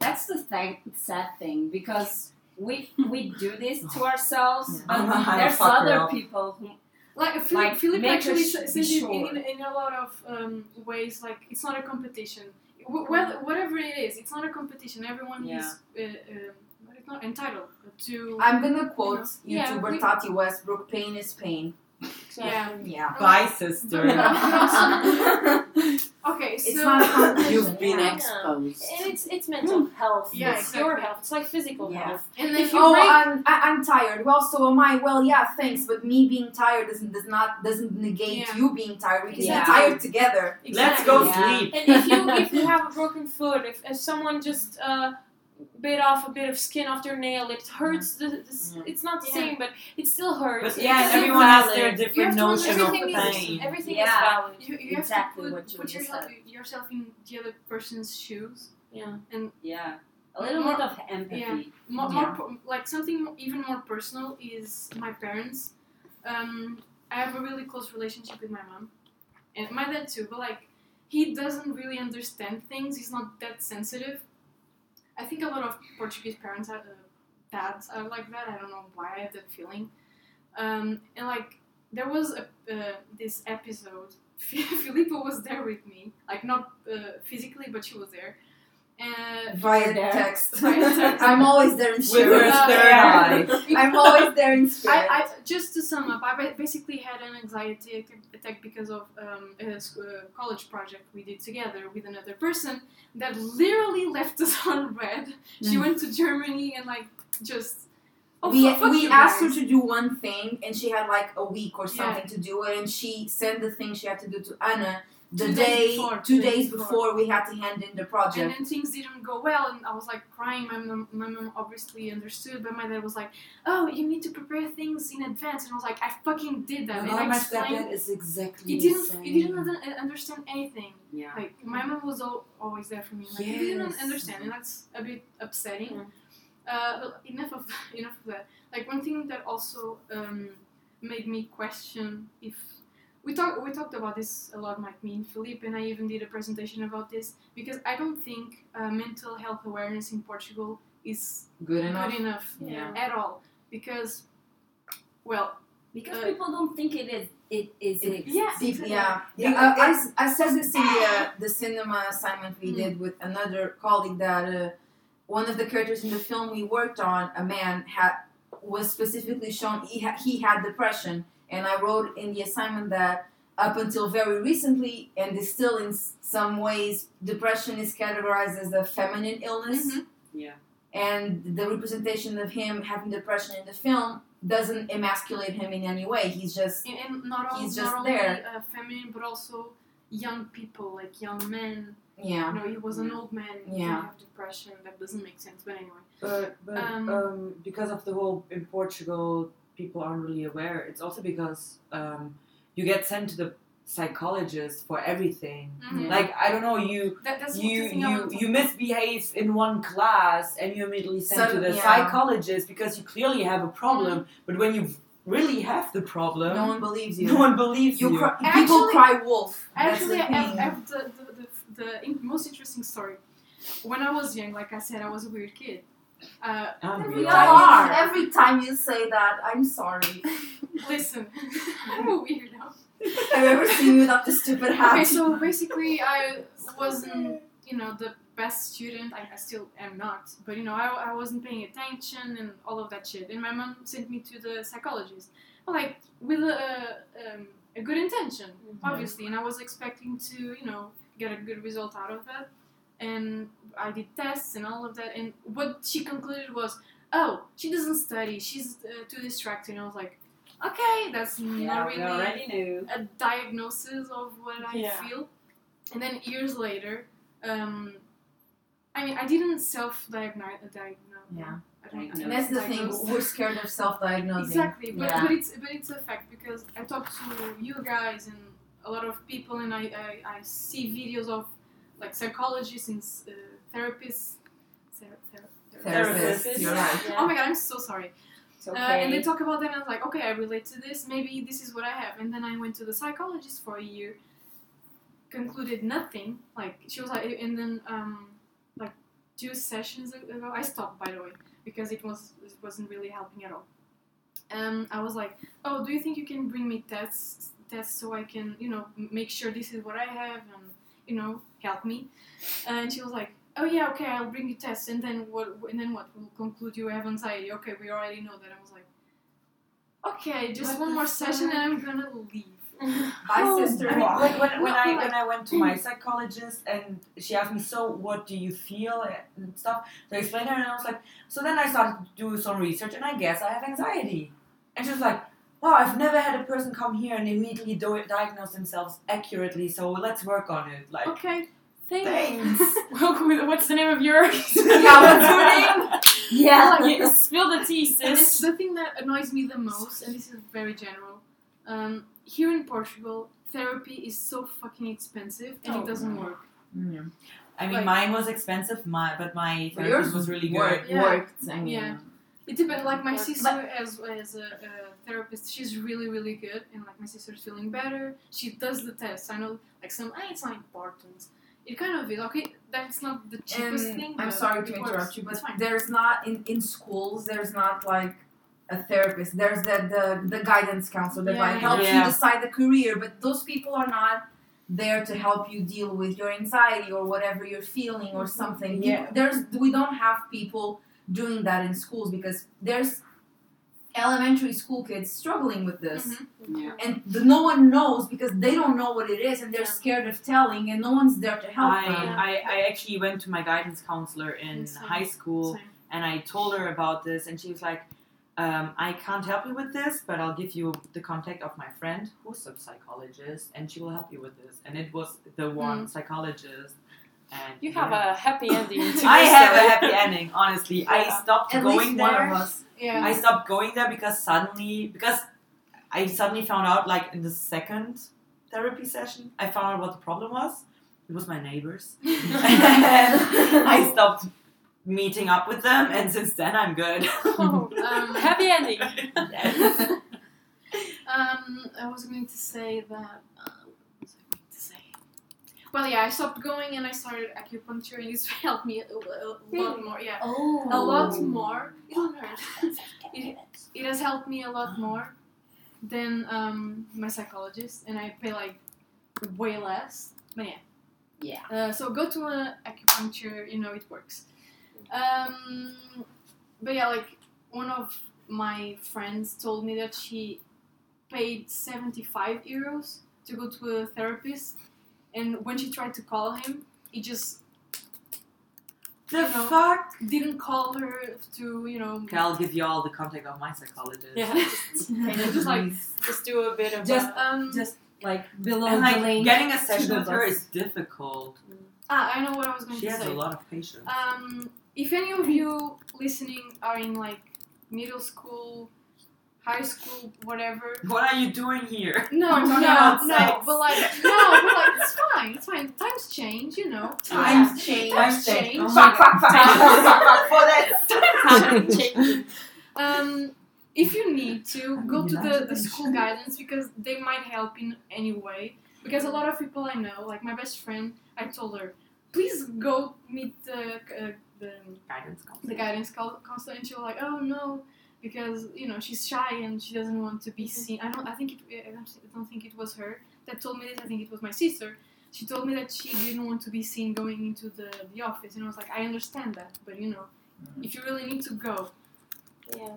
Speaker 6: That's the thing, sad thing because we we do this to ourselves, but
Speaker 2: I don't know how to
Speaker 6: there's
Speaker 2: fuck her
Speaker 6: other
Speaker 2: up.
Speaker 6: people who
Speaker 5: Like Philip,
Speaker 6: Like,
Speaker 5: Philip
Speaker 6: make
Speaker 5: actually
Speaker 6: us
Speaker 5: says
Speaker 6: be
Speaker 5: it in,
Speaker 6: sure.
Speaker 5: in, in a lot of um, ways. Like it's not a competition. Wh- whether- whatever it is, it's not a competition. Everyone
Speaker 1: Yeah.
Speaker 5: is uh, um, but it's not entitled to.
Speaker 4: I'm gonna quote
Speaker 5: Yeah,
Speaker 4: YouTuber
Speaker 5: we-
Speaker 4: Tati Westbrook, pain is pain.
Speaker 5: yeah.
Speaker 4: Yeah.
Speaker 2: Bye, sister.
Speaker 4: it's
Speaker 5: Okay, so
Speaker 4: not a competition.
Speaker 1: You've been
Speaker 4: yeah.
Speaker 1: exposed.
Speaker 3: And it's it's mental health.
Speaker 5: Yeah,
Speaker 3: it's your
Speaker 5: exactly.
Speaker 3: health. It's like physical
Speaker 4: Yeah.
Speaker 3: health.
Speaker 5: and then
Speaker 3: If you
Speaker 4: oh,
Speaker 3: rate-
Speaker 4: I'm, I, I'm tired. Well, so am I. Well, yeah, thanks. But me being tired doesn't does not doesn't negate
Speaker 5: Yeah.
Speaker 4: you being tired because
Speaker 6: Yeah.
Speaker 4: we're tired together.
Speaker 2: Let's go
Speaker 6: Yeah.
Speaker 2: sleep.
Speaker 3: And if you if you have a broken foot, if, if someone just uh, bit off a bit of skin off their nail, it hurts. The, the, s-
Speaker 4: Mm-hmm.
Speaker 2: Yeah.
Speaker 3: It's not the
Speaker 5: Yeah.
Speaker 3: same, but it still hurts.
Speaker 2: But yeah,
Speaker 3: It's
Speaker 2: and
Speaker 3: still
Speaker 2: everyone has
Speaker 3: valid.
Speaker 2: their
Speaker 3: You
Speaker 2: different
Speaker 3: have to
Speaker 2: notion of
Speaker 3: understand everything is
Speaker 2: pain.
Speaker 3: everything
Speaker 6: Yeah.
Speaker 3: is valid.
Speaker 5: you, you
Speaker 6: Exactly
Speaker 5: have to put,
Speaker 6: what you
Speaker 5: put
Speaker 6: just
Speaker 5: yourself,
Speaker 6: said.
Speaker 5: yourself in the other person's shoes.
Speaker 3: Yeah.
Speaker 6: yeah a little bit of empathy.
Speaker 5: More,
Speaker 6: Yeah.
Speaker 5: more per- like something mo- even more personal is my parents. Um, I have a really close relationship with my mom and my dad too, but like he doesn't really understand things. He's not that sensitive. I think a lot of Portuguese parents are uh, dads are like that. I don't know why I have that feeling. Um, and like there was a, uh, this episode. Filippa was there with me, like not uh, physically, but she was there. Uh,
Speaker 4: Via
Speaker 6: there.
Speaker 4: text.
Speaker 5: Via text.
Speaker 4: I'm always there in
Speaker 2: With
Speaker 4: spirit.
Speaker 2: her
Speaker 5: Yeah.
Speaker 2: third eye.
Speaker 4: I'm always there in spirit.
Speaker 5: I, I just to sum up, I ba- basically had an anxiety atta- attack because of um, a s- uh, college project we did together with another person that literally left us on red. She went to Germany and like just oh,
Speaker 4: Mm. we
Speaker 5: fu- fuck
Speaker 4: we
Speaker 5: you
Speaker 4: asked
Speaker 5: guys.
Speaker 4: her to do one thing and she had like a week or
Speaker 5: Yeah.
Speaker 4: something to do it and she sent the thing she had to do to Anna the
Speaker 5: Two days
Speaker 4: day
Speaker 5: before,
Speaker 4: two days before we had to hand in the
Speaker 5: and
Speaker 4: project.
Speaker 5: then things didn't go well and i was like crying my mom, my mom obviously understood but my dad was like oh you need to prepare things in advance and i was like i fucking did that and i explained
Speaker 1: is exactly
Speaker 5: he didn't he didn't un- understand anything
Speaker 1: Yeah.
Speaker 5: Like my mom was al- always there for me. Like we didn't
Speaker 1: Yes.
Speaker 5: understand, and that's a bit upsetting.
Speaker 4: Mm.
Speaker 3: Yeah.
Speaker 5: Uh, well, enough of enough of that. Like one thing that also um, made me question if we talked we talked about this a lot, like me and Philippe, and I even did a presentation about this because I don't think uh, mental health awareness in Portugal is
Speaker 4: Good enough.
Speaker 5: good enough
Speaker 4: Yeah.
Speaker 5: at all because. Well,
Speaker 6: Because
Speaker 5: Uh,
Speaker 6: people don't think it is. It is.
Speaker 4: It-
Speaker 5: yeah,
Speaker 4: Yeah, yeah. uh,
Speaker 5: Yeah.
Speaker 4: I- I, I said this in the, uh, the cinema assignment we did with another colleague that uh, one of the characters in the film we worked on, a man, had was specifically shown he, ha- he had depression, and I wrote in the assignment that up until very recently, and is still in s- some ways, depression is categorized as a feminine illness.
Speaker 5: Mhm.
Speaker 1: Yeah.
Speaker 4: And the representation of him having depression in the film doesn't emasculate him in any way. He's just
Speaker 5: and, and not, all,
Speaker 4: He's
Speaker 5: not
Speaker 4: just
Speaker 5: only
Speaker 4: there.
Speaker 5: uh, feminine, but also young people, like young men.
Speaker 4: Yeah.
Speaker 5: No, he was an old man. He didn't
Speaker 4: Yeah.
Speaker 5: have depression. That doesn't make sense. But anyway,
Speaker 2: But, but
Speaker 5: Um,
Speaker 2: um, because of the whole in Portugal, people aren't really aware. It's also because um, you get sent to the psychologist for everything.
Speaker 4: Mhm.
Speaker 2: Like I don't know, you
Speaker 5: that, that's
Speaker 2: you
Speaker 5: the thing I
Speaker 2: you
Speaker 5: want to-
Speaker 2: you misbehave in one class and you're immediately sent
Speaker 4: So-
Speaker 2: to the
Speaker 4: yeah.
Speaker 2: psychologist because you clearly have a problem. But when you really have the problem,
Speaker 4: No one believes you.
Speaker 2: no one believes you.
Speaker 4: You cry,
Speaker 5: Actually-
Speaker 4: people cry wolf.
Speaker 5: Actually, I
Speaker 4: That's the
Speaker 5: have,
Speaker 4: thing.
Speaker 5: I have the, the, the, the in- most interesting story. When I was young, like I said, I was a weird kid. Uh,
Speaker 2: I'm
Speaker 4: every
Speaker 2: really-
Speaker 4: time,
Speaker 6: are.
Speaker 4: You, every time you say that, I'm sorry.
Speaker 5: listen, I'm a weirdo.
Speaker 4: I've ever seen you without the stupid hat.
Speaker 5: Okay, so basically, I wasn't, you know, the best student. I, I still am not, but you know, I, I wasn't paying attention and all of that shit. And my mom sent me to the psychologist, Well, like with a um, a good intention,
Speaker 6: Mm-hmm.
Speaker 5: obviously. And I was expecting to, you know, get a good result out of that. And I did tests and all of that. And what she concluded was, oh, she doesn't study. She's uh, too distracted. And I was like, okay, that's
Speaker 6: Yeah,
Speaker 5: not
Speaker 6: we
Speaker 5: really
Speaker 6: already knew.
Speaker 5: a diagnosis of what I
Speaker 3: Yeah.
Speaker 5: feel. And then years later, um, I mean, I didn't self diagnose.
Speaker 4: Yeah.
Speaker 5: I don't
Speaker 4: And that's the thing.
Speaker 5: diagnose.
Speaker 4: We're scared of self-diagnosing.
Speaker 5: Exactly, but,
Speaker 4: Yeah.
Speaker 5: but it's but it's a fact because I talk to you guys and a lot of people, and I, I, I see videos of like psychologists and s- uh, therapists. Thera- thera-
Speaker 4: Therapist.
Speaker 3: Therapist.
Speaker 4: You're right.
Speaker 5: Oh my god, I'm so sorry.
Speaker 6: It's
Speaker 5: Uh, and they
Speaker 6: okay.
Speaker 5: talk about that, and I was like, okay, I relate to this. Maybe this is what I have. And then I went to the psychologist for a year, concluded nothing. Like she was like, and then um, like two sessions ago, I stopped by the way because it was it wasn't really helping at all. Um, I was like, oh, do you think you can bring me tests tests so I can you know m- make sure this is what I have and you know help me? And she was like. Oh yeah, okay. I'll bring you tests, and then what? And then what? We'll conclude you have anxiety. Okay, we already know that. I was like, okay, just
Speaker 4: What
Speaker 5: one
Speaker 4: the
Speaker 5: more session, and
Speaker 4: fuck?
Speaker 5: I'm gonna leave.
Speaker 4: My
Speaker 5: Oh,
Speaker 4: sister.
Speaker 2: I mean, when, when, when
Speaker 5: No,
Speaker 2: I
Speaker 5: like-
Speaker 2: when I went
Speaker 4: Mm.
Speaker 2: to my psychologist and she asked me, so what do you feel and stuff. So I explained her and I was like, so then I started to do some research and I guess I have anxiety. And she was like, wow, I've never had a person come here and immediately do- diagnose themselves accurately. So let's work on it. Like
Speaker 5: Okay,
Speaker 2: thanks.
Speaker 3: What's the name of yours?
Speaker 4: Yeah, what's her name?
Speaker 6: Yeah.
Speaker 3: You spill the tea,
Speaker 5: And it's
Speaker 3: sis.
Speaker 5: the thing that annoys me the most, and this is very general. Um, here in Portugal, therapy is so fucking expensive, and
Speaker 3: Oh,
Speaker 5: it doesn't work.
Speaker 2: Mm. I mean,
Speaker 5: Like-
Speaker 2: mine was expensive, my, but my
Speaker 4: But
Speaker 2: therapist
Speaker 4: yours
Speaker 2: was really good.
Speaker 4: Work,
Speaker 5: Yeah.
Speaker 4: worked. I mean,
Speaker 5: Yeah. It depends. Like my
Speaker 3: But-
Speaker 5: sister, as as a, a therapist, she's really really good, and like my sister's feeling better. She does the tests. I know, like some, ah, it's not important. It kind of is okay. That's not the cheapest
Speaker 4: And
Speaker 5: thing.
Speaker 4: I'm
Speaker 5: but
Speaker 4: sorry
Speaker 5: it
Speaker 4: to
Speaker 5: works.
Speaker 4: interrupt you, but
Speaker 5: It's fine.
Speaker 4: there's not in, in schools. There's not like a therapist. There's the the, the guidance counselor that like
Speaker 5: Yeah.
Speaker 4: helps
Speaker 2: Yeah.
Speaker 4: you decide the career, but those people are not there to help you deal with your anxiety or whatever you're feeling or
Speaker 5: Mm-hmm.
Speaker 4: something.
Speaker 2: Yeah.
Speaker 4: There's we don't have people doing that in schools because there's elementary school kids struggling with this
Speaker 5: Mhm.
Speaker 4: and the, no one knows because they don't know what it is and they're
Speaker 5: Yeah.
Speaker 4: scared of telling and no one's there to help them.
Speaker 2: I, I, I actually went to my guidance counselor in
Speaker 5: It's fine.
Speaker 2: high school
Speaker 5: Sorry.
Speaker 2: and I told her about this, and she was like, um, "I can't help you with this, but I'll give you the contact of my friend who's a psychologist, and she will help you with this." And it was the one psychologist, and
Speaker 3: Hmm. You have
Speaker 2: yeah.
Speaker 3: a happy ending. to
Speaker 2: I
Speaker 3: your
Speaker 2: have a
Speaker 3: story.
Speaker 2: happy ending. Honestly, I
Speaker 3: Yeah.
Speaker 2: stopped
Speaker 4: At least
Speaker 2: going there.
Speaker 4: one of us.
Speaker 5: Yeah.
Speaker 2: I stopped going there because suddenly because I suddenly found out like in the second therapy session I found out what the problem was. It was my neighbors. I stopped meeting up with them and since then I'm good.
Speaker 5: um,
Speaker 3: Oh, Happy ending.
Speaker 2: Yes.
Speaker 5: Um, I was going to say that. Uh, what was I going to say? Well, yeah, I stopped going and I started acupuncture, and it's helped me a, a lot more. Yeah,
Speaker 1: Oh.
Speaker 5: a lot more. It don't hurt. It, it has helped me a lot more than um, my psychologist, and I pay like way less. But yeah.
Speaker 1: Yeah.
Speaker 5: Uh, so go to uh, acupuncture. You know it works. Um, but yeah, like one of my friends told me that she paid 75 euros to go to a therapist, and when she tried to call him, he just
Speaker 2: the
Speaker 5: You know.
Speaker 2: fuck?
Speaker 5: didn't call her to you know.
Speaker 2: Okay, I'll give you all the contact of my psychologist.
Speaker 3: Yeah.
Speaker 5: just like
Speaker 3: Just do a bit of
Speaker 5: um
Speaker 2: Just
Speaker 6: like below
Speaker 2: And
Speaker 6: the
Speaker 2: like
Speaker 6: link.
Speaker 2: getting a session
Speaker 6: the
Speaker 2: with her
Speaker 6: bus.
Speaker 2: is difficult.
Speaker 5: Ah, I know what I was going
Speaker 2: She
Speaker 5: to
Speaker 2: has
Speaker 5: say.
Speaker 2: a lot of patience.
Speaker 4: Uh,
Speaker 5: Um, if any of you listening are in like middle school, high school, whatever.
Speaker 2: What are you doing here?
Speaker 5: No,
Speaker 4: I'm
Speaker 5: no,
Speaker 4: talking
Speaker 5: no,
Speaker 4: about sex.
Speaker 5: but like, no, but like, it's fine, it's fine. Times change, you know.
Speaker 4: Times change.
Speaker 5: Times
Speaker 4: change.
Speaker 2: Oh
Speaker 5: change.
Speaker 4: Fuck, fuck, fuck, fuck, fuck, fuck for that.
Speaker 5: Um, if you need to, go to the, the
Speaker 2: Imagine.
Speaker 5: school guidance because they might help in any way. Because a lot of people I know, like my best friend, I told her, please go meet the uh, the,
Speaker 2: Guidance
Speaker 5: the guidance cou- counselor, and she was like, oh no, because you know she's shy and she doesn't want to be seen. I don't. I think it. I don't, I don't think it was her that told me this. I think it was my sister. She told me that she didn't want to be seen going into the, the office, and I was like, I understand that, but you know, if you really need to go,
Speaker 3: Yeah.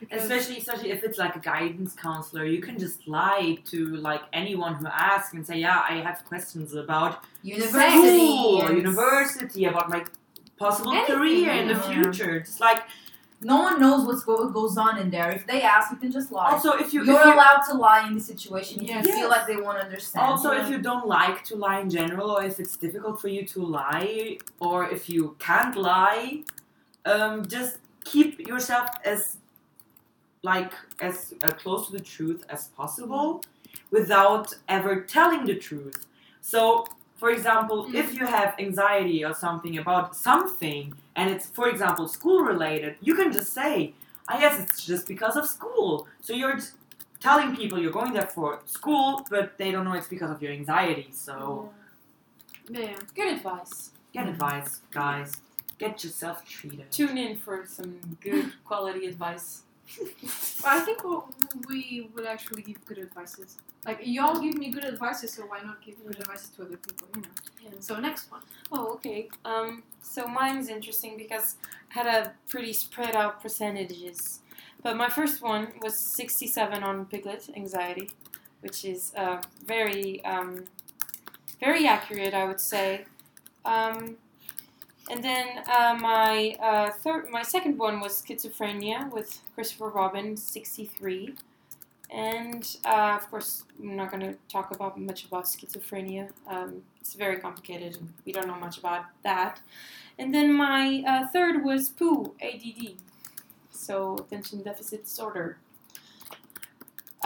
Speaker 5: because
Speaker 2: Especially, especially if it's like a guidance counselor, you can just lie to like anyone who asks and say, "Yeah, I have questions about
Speaker 4: University.
Speaker 2: school,
Speaker 4: and-
Speaker 2: university, about my possible
Speaker 4: Anything,
Speaker 2: career in the
Speaker 4: yeah.
Speaker 2: future." Just like
Speaker 4: No one knows what's go- what goes on in there. If they ask, you can just lie.
Speaker 2: also if you
Speaker 4: You're
Speaker 2: if you-
Speaker 4: allowed to lie in this situation if
Speaker 5: Yes.
Speaker 4: you feel like they won't understand.
Speaker 2: Also,
Speaker 5: Yeah.
Speaker 2: if you don't like to lie in general, or if it's difficult for you to lie, or if you can't lie, um, just keep yourself as like as uh, close to the truth as possible, without ever telling the truth. So, for example,
Speaker 5: Mm.
Speaker 2: if you have anxiety or something about something, and it's for example school related, you can just say, "I guess it's just because of school." So you're just telling people you're going there for school, but they don't know it's because of your anxiety. So
Speaker 5: yeah.
Speaker 3: Good advice.
Speaker 2: get advice, guys. Get yourself treated.
Speaker 3: Tune in for some good quality advice.
Speaker 5: Well, I think what we would actually give good advices. Like y'all give me good advices, so why not give good advices to other people? You know.
Speaker 3: Yeah.
Speaker 5: So next one.
Speaker 3: Oh, okay. Um, so mine's interesting because I had a pretty spread out percentages. But my first one was 67 on Piglet anxiety, which is uh, very, um, very accurate, I would say. Um, and then uh, my uh, third, my second one was schizophrenia with Christopher Robin, 63. And uh, of course, I'm not going to talk about much about schizophrenia. Um, it's very complicated, and we don't know much about that. And then my uh, third was POO, ADD, so attention deficit disorder.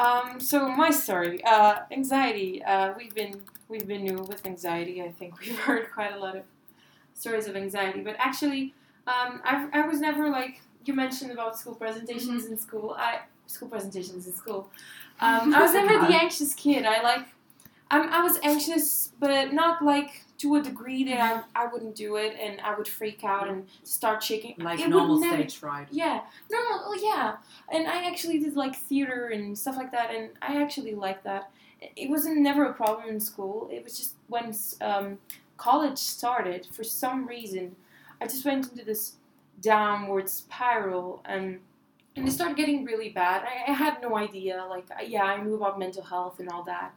Speaker 3: Um, so my story, uh, anxiety. Uh, we've been we've been new with anxiety. I think we've heard quite a lot of stories of anxiety, but actually, um, I've, I was never like you mentioned about school presentations in school. I school presentations in school. Um, I was never the anxious kid. I like I'm, I was anxious, but not like to a degree that I, I wouldn't do it and I would freak out and start shaking.
Speaker 2: Like
Speaker 3: it would
Speaker 2: normal
Speaker 3: never-
Speaker 2: stage fright.
Speaker 3: yeah, normal. Oh, yeah, and I actually did like theater and stuff like that, and I actually liked that. It- It wasn't never a problem in school. It was just when um, college started, for some reason, I just went into this downward spiral, and and it started getting really bad. I, I had no idea. Like, I- yeah, I knew about mental health and all that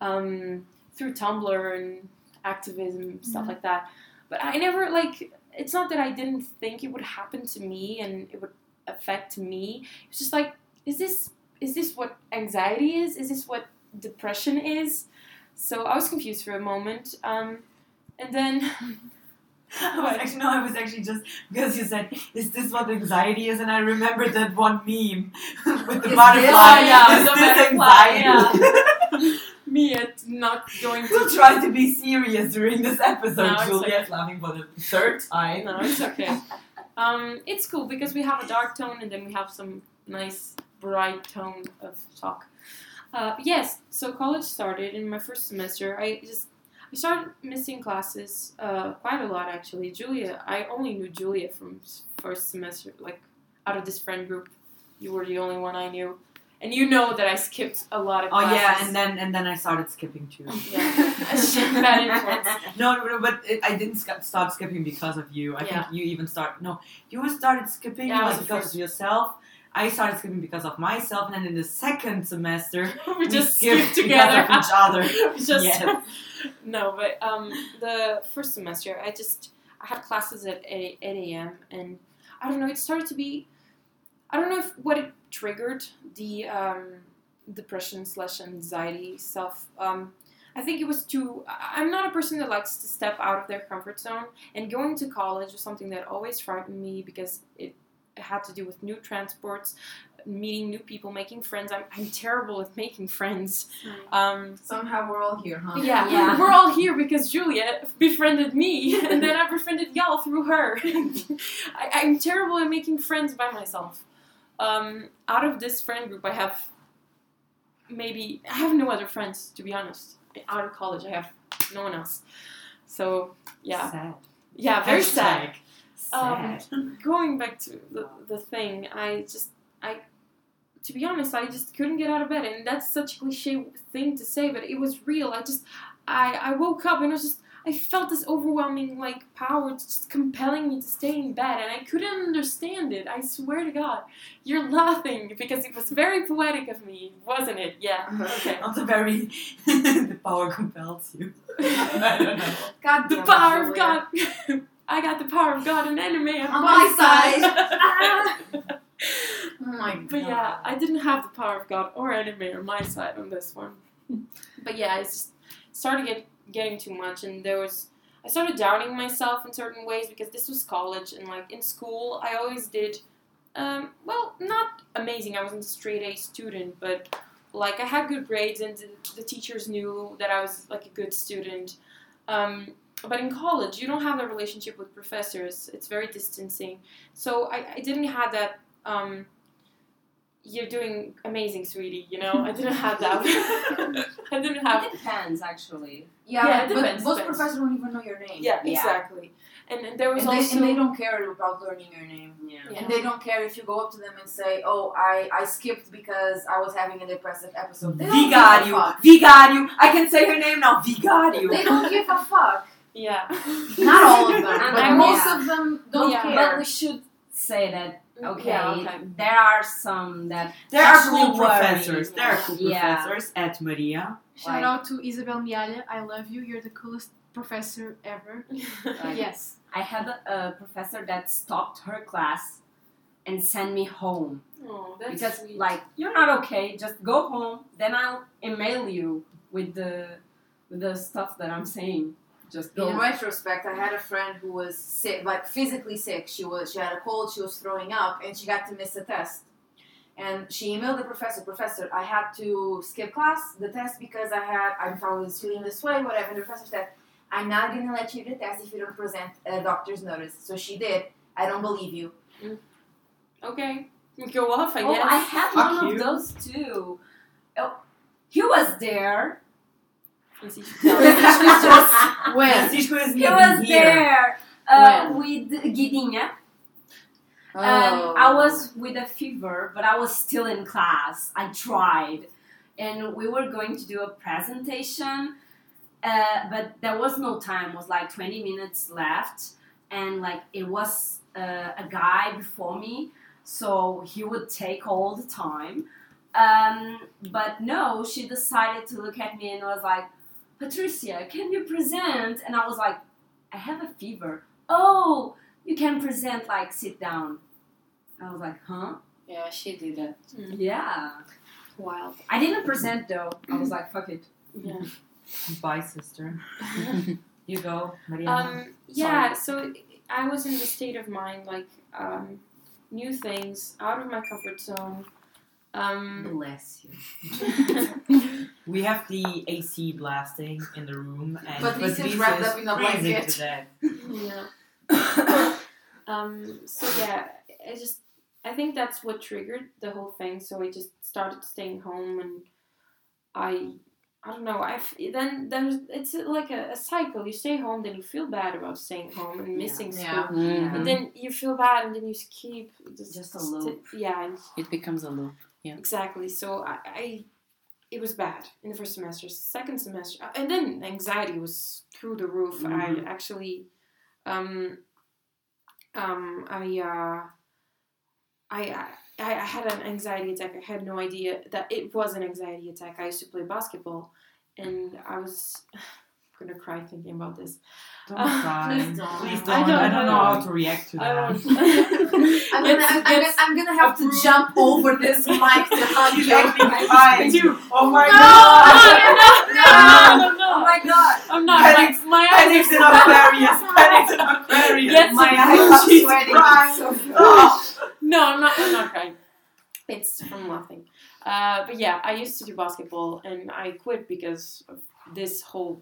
Speaker 3: um, through Tumblr and activism stuff like that, but I never like it's not that I didn't think it would happen to me and it would affect me. It's just like, is this is this what anxiety is? Is this what depression is? So I was confused for a moment, um, and then
Speaker 2: I was actually no, I was actually just because you said, "Is this what anxiety is?" And I remembered that one meme with the
Speaker 4: Is
Speaker 2: butterfly.
Speaker 4: this- yeah,
Speaker 2: is
Speaker 3: the
Speaker 2: this
Speaker 3: butterfly,
Speaker 2: anxiety?
Speaker 3: me at not going
Speaker 2: We'll
Speaker 3: to
Speaker 2: try to be serious during this episode.
Speaker 3: No, it's
Speaker 2: Juliet's laughing for the third time.
Speaker 3: No, it's okay. Um, it's cool because we have a dark tone and then we have some nice bright tone of talk. Uh, yes, so college started in my first semester. I just I started missing classes uh, quite a lot actually. Julia, I only knew Julia from s- first semester. Like out of this friend group, you were the only one I knew, and you know that I skipped a lot of
Speaker 2: Oh
Speaker 3: classes.
Speaker 2: yeah, and then and then I started skipping too.
Speaker 3: Yeah. Bad influence.
Speaker 2: No, no, no, but it, I didn't sk- stop skipping because of you. I think you even start. No, you started skipping
Speaker 3: Yeah, I
Speaker 2: like,
Speaker 3: was
Speaker 2: because of yourself. I started skipping because of myself, and then in the second semester,
Speaker 3: we just
Speaker 2: skipped
Speaker 3: skipped
Speaker 2: because
Speaker 3: together.
Speaker 2: of each other.
Speaker 3: It's just
Speaker 2: Yes.
Speaker 3: no but um the first semester i just i had classes at 8, 8 a.m and i don't know it started to be i don't know if what it triggered the um depression slash anxiety stuff. Um, I think it was too. I- I'm not a person that likes to step out of their comfort zone, and going to college was something that always frightened me because it had to do with new transports, meeting new people, making friends. I'm, I'm terrible at making friends. Um,
Speaker 4: Somehow we're all here, huh?
Speaker 3: yeah,
Speaker 6: Yeah.
Speaker 3: Uh-huh. we're all here because Julia befriended me, and then I befriended y'all through her. I, I'm terrible at making friends by myself. Um, out of this friend group, I have maybe I have no other friends to be honest. Out of college, I have no one else. So yeah,
Speaker 2: Sad.
Speaker 3: yeah, very sad
Speaker 2: Hashtag
Speaker 3: Um,
Speaker 2: sad.
Speaker 3: going back to the, the thing, I just I to be honest, I just couldn't get out of bed, and that's such a cliche thing to say, but it was real. I just I I woke up and I was just I felt this overwhelming like power just compelling me to stay in bed, and I couldn't understand it. I swear to God, you're laughing because it was very poetic of me, wasn't it? Yeah. Okay.
Speaker 2: Also very the power compels you. I don't know.
Speaker 4: God
Speaker 3: the
Speaker 4: damn it,
Speaker 3: power of
Speaker 4: Julia.
Speaker 3: God. I got the power of God and enemy on,
Speaker 4: On
Speaker 3: my
Speaker 4: my side.
Speaker 3: side.
Speaker 4: Oh my god.
Speaker 3: But yeah, I didn't have the power of God or anime on my side on this one. but yeah, it's just started get, getting too much, and there was I started doubting myself in certain ways because this was college, and like in school, I always did um, well, not amazing. I wasn't a straight A student, but like I had good grades, and the, the teachers knew that I was like a good student. Um, but in college, you don't have a relationship with professors. It's very distancing. So I, I didn't have that. Um, you're doing amazing, sweetie. You know, I didn't have that. I didn't have
Speaker 6: It depends, actually.
Speaker 4: Yeah,
Speaker 3: Yeah, it
Speaker 4: but
Speaker 3: depends,
Speaker 4: most
Speaker 3: depends.
Speaker 4: professors don't even know your name.
Speaker 3: Yeah,
Speaker 6: Yeah.
Speaker 3: exactly. And, and there was
Speaker 4: And they,
Speaker 3: also
Speaker 4: and they don't care about learning your name.
Speaker 3: Yeah.
Speaker 4: And they don't care if you go up to them and say, "Oh, I, I skipped because I was having a depressive episode." They don't give a
Speaker 2: Vigario,
Speaker 4: fuck.
Speaker 2: Vigario. I can say her name now.
Speaker 4: They
Speaker 2: Vigario.
Speaker 4: don't give a fuck.
Speaker 3: yeah.
Speaker 4: Not all of them,
Speaker 6: And
Speaker 4: but
Speaker 6: I'm-
Speaker 4: most
Speaker 6: yeah.
Speaker 4: of them don't
Speaker 3: Yeah.
Speaker 4: care.
Speaker 6: But we should say that okay,
Speaker 3: Mm, Yeah, okay.
Speaker 6: there are some that
Speaker 2: There are
Speaker 6: actually
Speaker 2: cool
Speaker 6: worry.
Speaker 2: professors. There are cool
Speaker 6: Yeah.
Speaker 2: professors at Maria.
Speaker 5: Shout out to Isabel Mialha. I love you. You're the coolest professor ever.
Speaker 6: Like,
Speaker 5: Yes.
Speaker 6: I had a, a professor that stopped her class and sent me home
Speaker 3: Oh, that's
Speaker 6: because
Speaker 3: sweet.
Speaker 6: like you're not okay. Just go home. Then I'll email you with the with the stuff that I'm saying. Just go.
Speaker 4: In retrospect, I had a friend who was sick, like physically sick. She was she had a cold, she was throwing up, and she got to miss a test. And she emailed the professor, Professor, I had to skip class, the test, because I had I'm I was feeling this way, whatever. And the professor said, I'm not gonna let you do the test if you don't present a doctor's notice. So she did. I don't believe you.
Speaker 3: okay, go off. I
Speaker 6: oh,
Speaker 3: guess.
Speaker 6: I had
Speaker 2: Fuck
Speaker 6: one
Speaker 2: you.
Speaker 6: of those too. Oh, he was there.
Speaker 3: Yes, you should
Speaker 6: he
Speaker 3: tell me.
Speaker 6: was
Speaker 2: Francisco is living here.
Speaker 6: there uh, with Guidinha.
Speaker 1: Oh.
Speaker 6: Um, I was with a fever, but I was still in class. I tried. And we were going to do a presentation, uh, but there was no time. It was like 20 minutes left. And like it was uh, a guy before me, so he would take all the time. Um, but no, she decided to look at me and was like, Patricia, can you present? And I was like, I have a fever. Oh, you can present, like, sit down. I was like, huh?
Speaker 4: Yeah, she did that.
Speaker 3: Mm.
Speaker 6: Yeah.
Speaker 3: Wild.
Speaker 6: I didn't present though. I was like, fuck it.
Speaker 3: Yeah.
Speaker 2: Bye, sister. You go, Maria.
Speaker 3: Um, yeah, so I was in the state of mind like um, new things, out of my comfort zone. Um,
Speaker 6: Bless you.
Speaker 2: we have the AC blasting in the room, and
Speaker 4: But this
Speaker 2: Patrice
Speaker 4: is wrapped
Speaker 2: is
Speaker 4: up in a
Speaker 2: freezing
Speaker 4: blanket.
Speaker 2: to death.
Speaker 3: yeah. Um, so yeah, I just I think that's what triggered the whole thing. So I just started staying home, and I I don't know. I f- then there's it's like a, a cycle. You stay home, then you feel bad about staying home and missing
Speaker 4: Yeah.
Speaker 3: school.
Speaker 1: Mhm.
Speaker 3: And then you feel bad, and then you keep just,
Speaker 6: Just a loop.
Speaker 3: yeah, and
Speaker 1: It becomes a loop.
Speaker 3: Exactly. So I, I, it was bad in the first semester. Second semester, uh, and then anxiety was through the roof. I actually, um, um, I, uh, I, I, I I had an anxiety attack. I had no idea that it was an anxiety attack. I used to play basketball, and I was gonna cry thinking about this.
Speaker 2: Don't
Speaker 3: Uh,
Speaker 2: cry.
Speaker 4: please don't.
Speaker 2: Please
Speaker 4: I
Speaker 2: don't. I don't,
Speaker 3: don't
Speaker 2: know
Speaker 3: know.
Speaker 2: how to react to that.
Speaker 3: I won't.
Speaker 4: I'm
Speaker 3: Yes,
Speaker 4: gonna, I'm, I'm
Speaker 3: yes.
Speaker 4: gonna, I'm gonna have to jump over this mic to hug
Speaker 2: You
Speaker 4: you.
Speaker 2: make me cry. Oh my god!
Speaker 4: No,
Speaker 3: no, no,
Speaker 4: Oh
Speaker 3: no.
Speaker 4: my god!
Speaker 3: I'm not.
Speaker 2: Panics-
Speaker 3: my, my eyes
Speaker 2: Panics in Aquarius! Panics in Aquarius!
Speaker 3: Yes,
Speaker 4: My
Speaker 3: it
Speaker 4: eyes
Speaker 3: is.
Speaker 4: are
Speaker 2: Jesus
Speaker 4: sweating.
Speaker 2: Christ.
Speaker 4: So
Speaker 2: Oh,
Speaker 3: No, I'm not. I'm not crying. It's from laughing. Uh, but yeah, I used to do basketball, and I quit because of this whole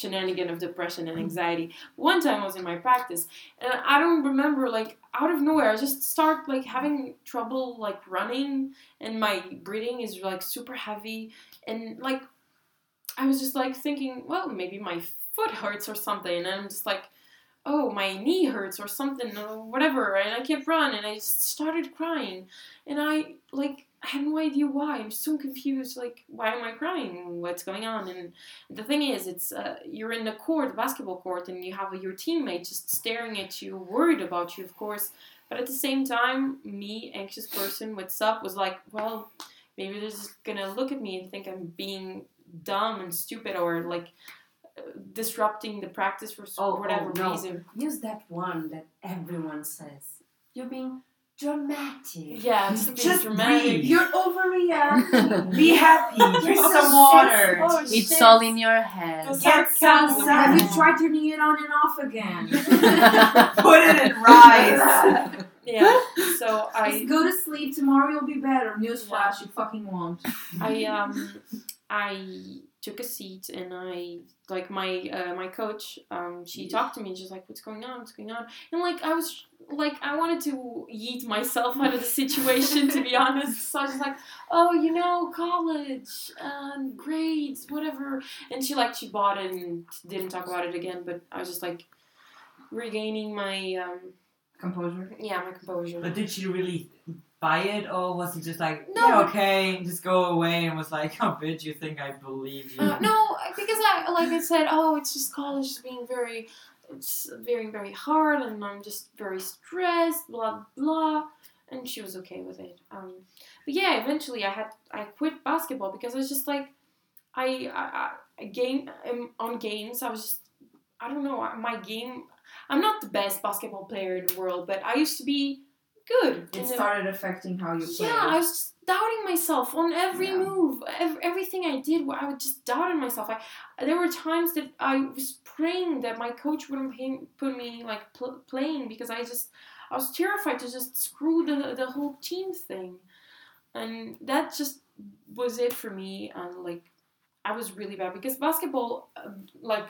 Speaker 3: shenanigan of depression and anxiety. One time I was in my practice, and I don't remember like out of nowhere I just start like having trouble like running, and my breathing is like super heavy, and like I was just like thinking, well, maybe my foot hurts or something, and I'm just like oh my knee hurts or something or whatever and i kept running and i just started crying and i like i had no idea why i'm so confused like why am i crying what's going on and the thing is it's uh, you're in the court the basketball court and you have your teammate just staring at you worried about you of course but at the same time me anxious person what's up was like well maybe they're just gonna look at me and think i'm being dumb and stupid or like uh, disrupting the practice for s-
Speaker 6: Oh, oh,
Speaker 3: whatever
Speaker 6: no.
Speaker 3: reason
Speaker 6: Use that one that everyone says. You're being dramatic.
Speaker 3: Yeah, just being
Speaker 2: Just
Speaker 3: dramatic.
Speaker 2: breathe.
Speaker 6: You're overreacting.
Speaker 2: Be happy!
Speaker 6: You're
Speaker 2: Drink
Speaker 6: so
Speaker 2: some water!
Speaker 6: Oh,
Speaker 1: It's
Speaker 6: shit.
Speaker 1: all in your head.
Speaker 2: Just
Speaker 6: Get some
Speaker 2: Sarcasm.
Speaker 6: sun. Have you tried turning it on and off again?
Speaker 2: Put it in rice!
Speaker 3: Yeah. So I
Speaker 4: Just go to sleep. Tomorrow you'll be better. Newsflash, you fucking won't.
Speaker 3: I um I took a seat and I like my uh, my coach um she talked to me she's like what's going on what's going on and like I was like I wanted to yeet myself out of the situation to be honest so I was like oh you know college um grades whatever and she like she bought it and didn't talk about it again but I was just like regaining my um
Speaker 4: Composure.
Speaker 3: yeah my composure
Speaker 2: But did she really buy it, or was he just like,
Speaker 3: No.
Speaker 2: yeah, okay, just go away, and was like, oh, bitch, you think I believe you?
Speaker 3: Uh, no, because I like I said, oh, it's just college is being very, it's very very hard, and I'm just very stressed, blah blah. And she was okay with it. Um, but yeah, eventually I had I quit basketball because I was just like, I I, I game um, on games I was just I don't know uh, my game. I'm not the best basketball player in the world, but I used to be good. in
Speaker 4: It
Speaker 3: the-
Speaker 4: started affecting how you play.
Speaker 3: yeah, I was just doubting myself on every
Speaker 4: Yeah.
Speaker 3: move, ev- everything I did. I would just doubted myself. I there were times that I was praying that my coach wouldn't pay, put me like pl- playing because I just I was terrified to just screw the the whole team thing, and that just was it for me. And like I was really bad because basketball, uh, like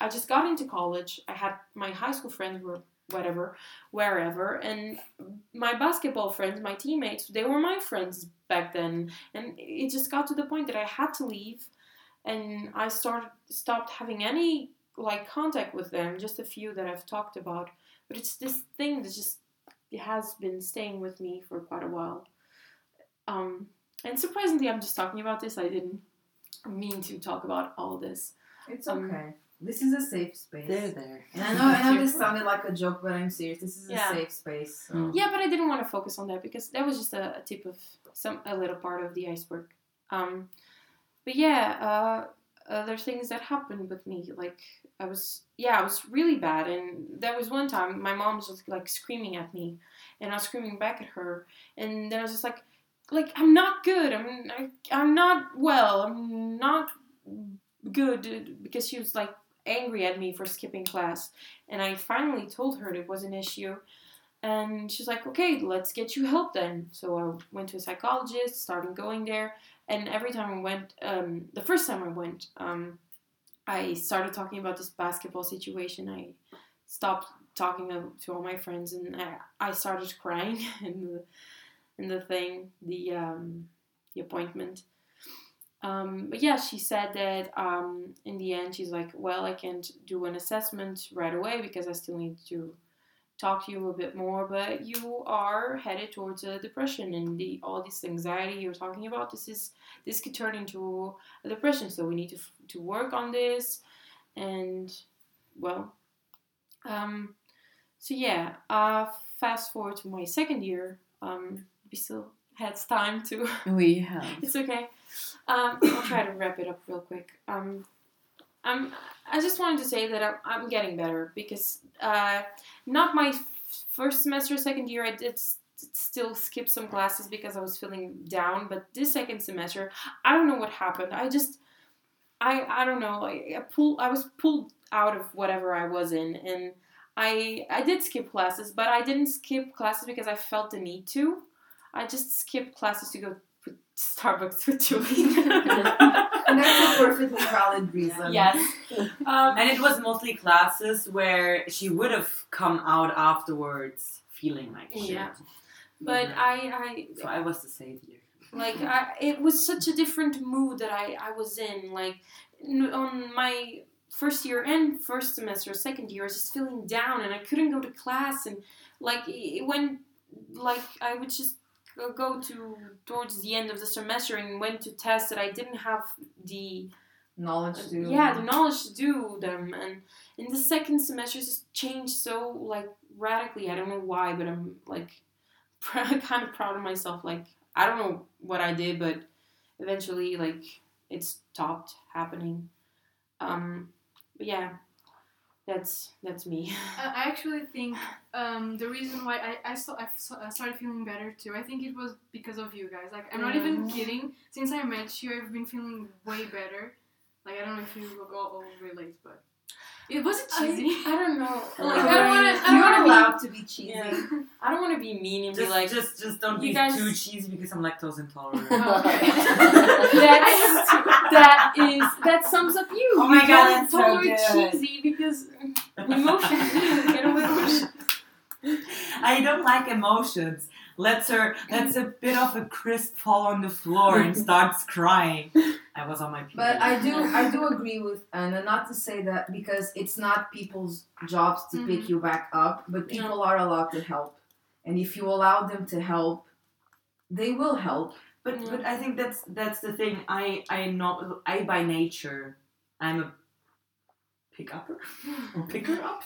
Speaker 3: I just got into college. I had my high school friends were whatever, wherever, and my basketball friends, my teammates, they were my friends back then, and it just got to the point that I had to leave, and I started stopped having any like contact with them. Just a few that I've talked about, but it's this thing that just it has been staying with me for quite a while. Um, and surprisingly, I'm just talking about this. I didn't mean to talk about all this.
Speaker 4: It's
Speaker 3: Um,
Speaker 4: okay. This is a safe space.
Speaker 2: there.
Speaker 4: And I know, I know this sounded like a joke, but I'm serious. This is
Speaker 3: Yeah.
Speaker 4: a safe space. So.
Speaker 2: Mm.
Speaker 3: Yeah, but I didn't want to focus on that because that was just a, a tip of some a little part of the iceberg. Um, but yeah, uh, other things that happened with me, like I was yeah, I was really bad, and there was one time my mom was just, like screaming at me, and I was screaming back at her, and then I was just like, like I'm not good, I'm I, I'm not well, I'm not good because she was like angry at me for skipping class, and I finally told her it was an issue. And she's like, okay, let's get you help then. So I went to a psychologist, started going there. And every time I went, um, the first time I went, um, I started talking about this basketball situation. I stopped talking to- to all my friends and I, I started crying in the, in the thing, the, um, the appointment. Um, but yeah, she said that um, in the end, she's like, well, I can't do an assessment right away because I still need to talk to you a bit more, but you are headed towards a depression and the all this anxiety you're talking about. This is this could turn into a depression, so we need to f- to work on this, and well, um, so yeah. Uh, fast forward to my second year. Um, we still had time to
Speaker 1: We have.
Speaker 3: it's okay. Um, I'll try to wrap it up real quick. Um, I'm. I just wanted to say that I'm, I'm getting better because uh, not my first semester, second year, I did s- still skip some classes because I was feeling down. But this second semester, I don't know what happened. I just, I, I don't know. I, I pull, I was pulled out of whatever I was in, and I, I did skip classes, but I didn't skip classes because I felt the need to. I just skipped classes to go to Starbucks with Julie.
Speaker 4: And that's a perfectly valid reason.
Speaker 3: yes. Um,
Speaker 2: And it was mostly classes where she would have come out afterwards feeling like shit.
Speaker 3: Yeah. but
Speaker 2: Yeah.
Speaker 3: I, I
Speaker 2: so I was the savior.
Speaker 3: like I, it was such a different mood that I, I was in like n- on my first year and first semester second year i was just feeling down and i couldn't go to class and like it went like i would just go- go to towards the end of the semester and went to tests that i didn't have the
Speaker 4: Knowledge too.
Speaker 3: yeah the knowledge to do them and in the second semester it just changed so like radically i don't know why but i'm like pr- kind of proud of myself like i don't know what i did but eventually like it stopped happening um but yeah that's that's me
Speaker 5: Uh, I I actually think um, the reason why I, I, saw, I saw- I started feeling better too, I think it was because of you guys. Like, I'm not even kidding. Since I met you, I've been feeling way better. Like, I don't know if you will all, all relate, but it was
Speaker 3: I-
Speaker 5: cheesy.
Speaker 3: i don't know like
Speaker 5: I
Speaker 3: i don't want
Speaker 5: wanna- I
Speaker 3: to
Speaker 5: don't
Speaker 4: You're
Speaker 5: wanna be-
Speaker 4: allowed to be cheesy.
Speaker 3: Yeah. i don't want to be mean and
Speaker 2: Just,
Speaker 3: be like
Speaker 2: just, just don't
Speaker 3: you
Speaker 2: be
Speaker 3: guys- Oh,
Speaker 2: too cheesy because I'm lactose intolerant.
Speaker 1: That's, that is that sums up you.
Speaker 2: Oh my
Speaker 1: you
Speaker 2: God,
Speaker 1: don't
Speaker 2: that's so
Speaker 1: tolerate
Speaker 2: good.
Speaker 1: cheesy because
Speaker 3: emotions get away with it.
Speaker 2: I don't like emotions. Let's her. Let's a bit of a crisp fall on the floor and starts crying. I was on my. Period.
Speaker 4: But I do I do agree with Anna not to say that because it's not people's jobs to pick you back up, but
Speaker 3: Yeah.
Speaker 4: people are allowed to help. And if you allow them to help, they will help.
Speaker 2: But
Speaker 3: Yeah.
Speaker 2: but I think that's that's the thing. I I know I by nature I'm a pick upper, picker up.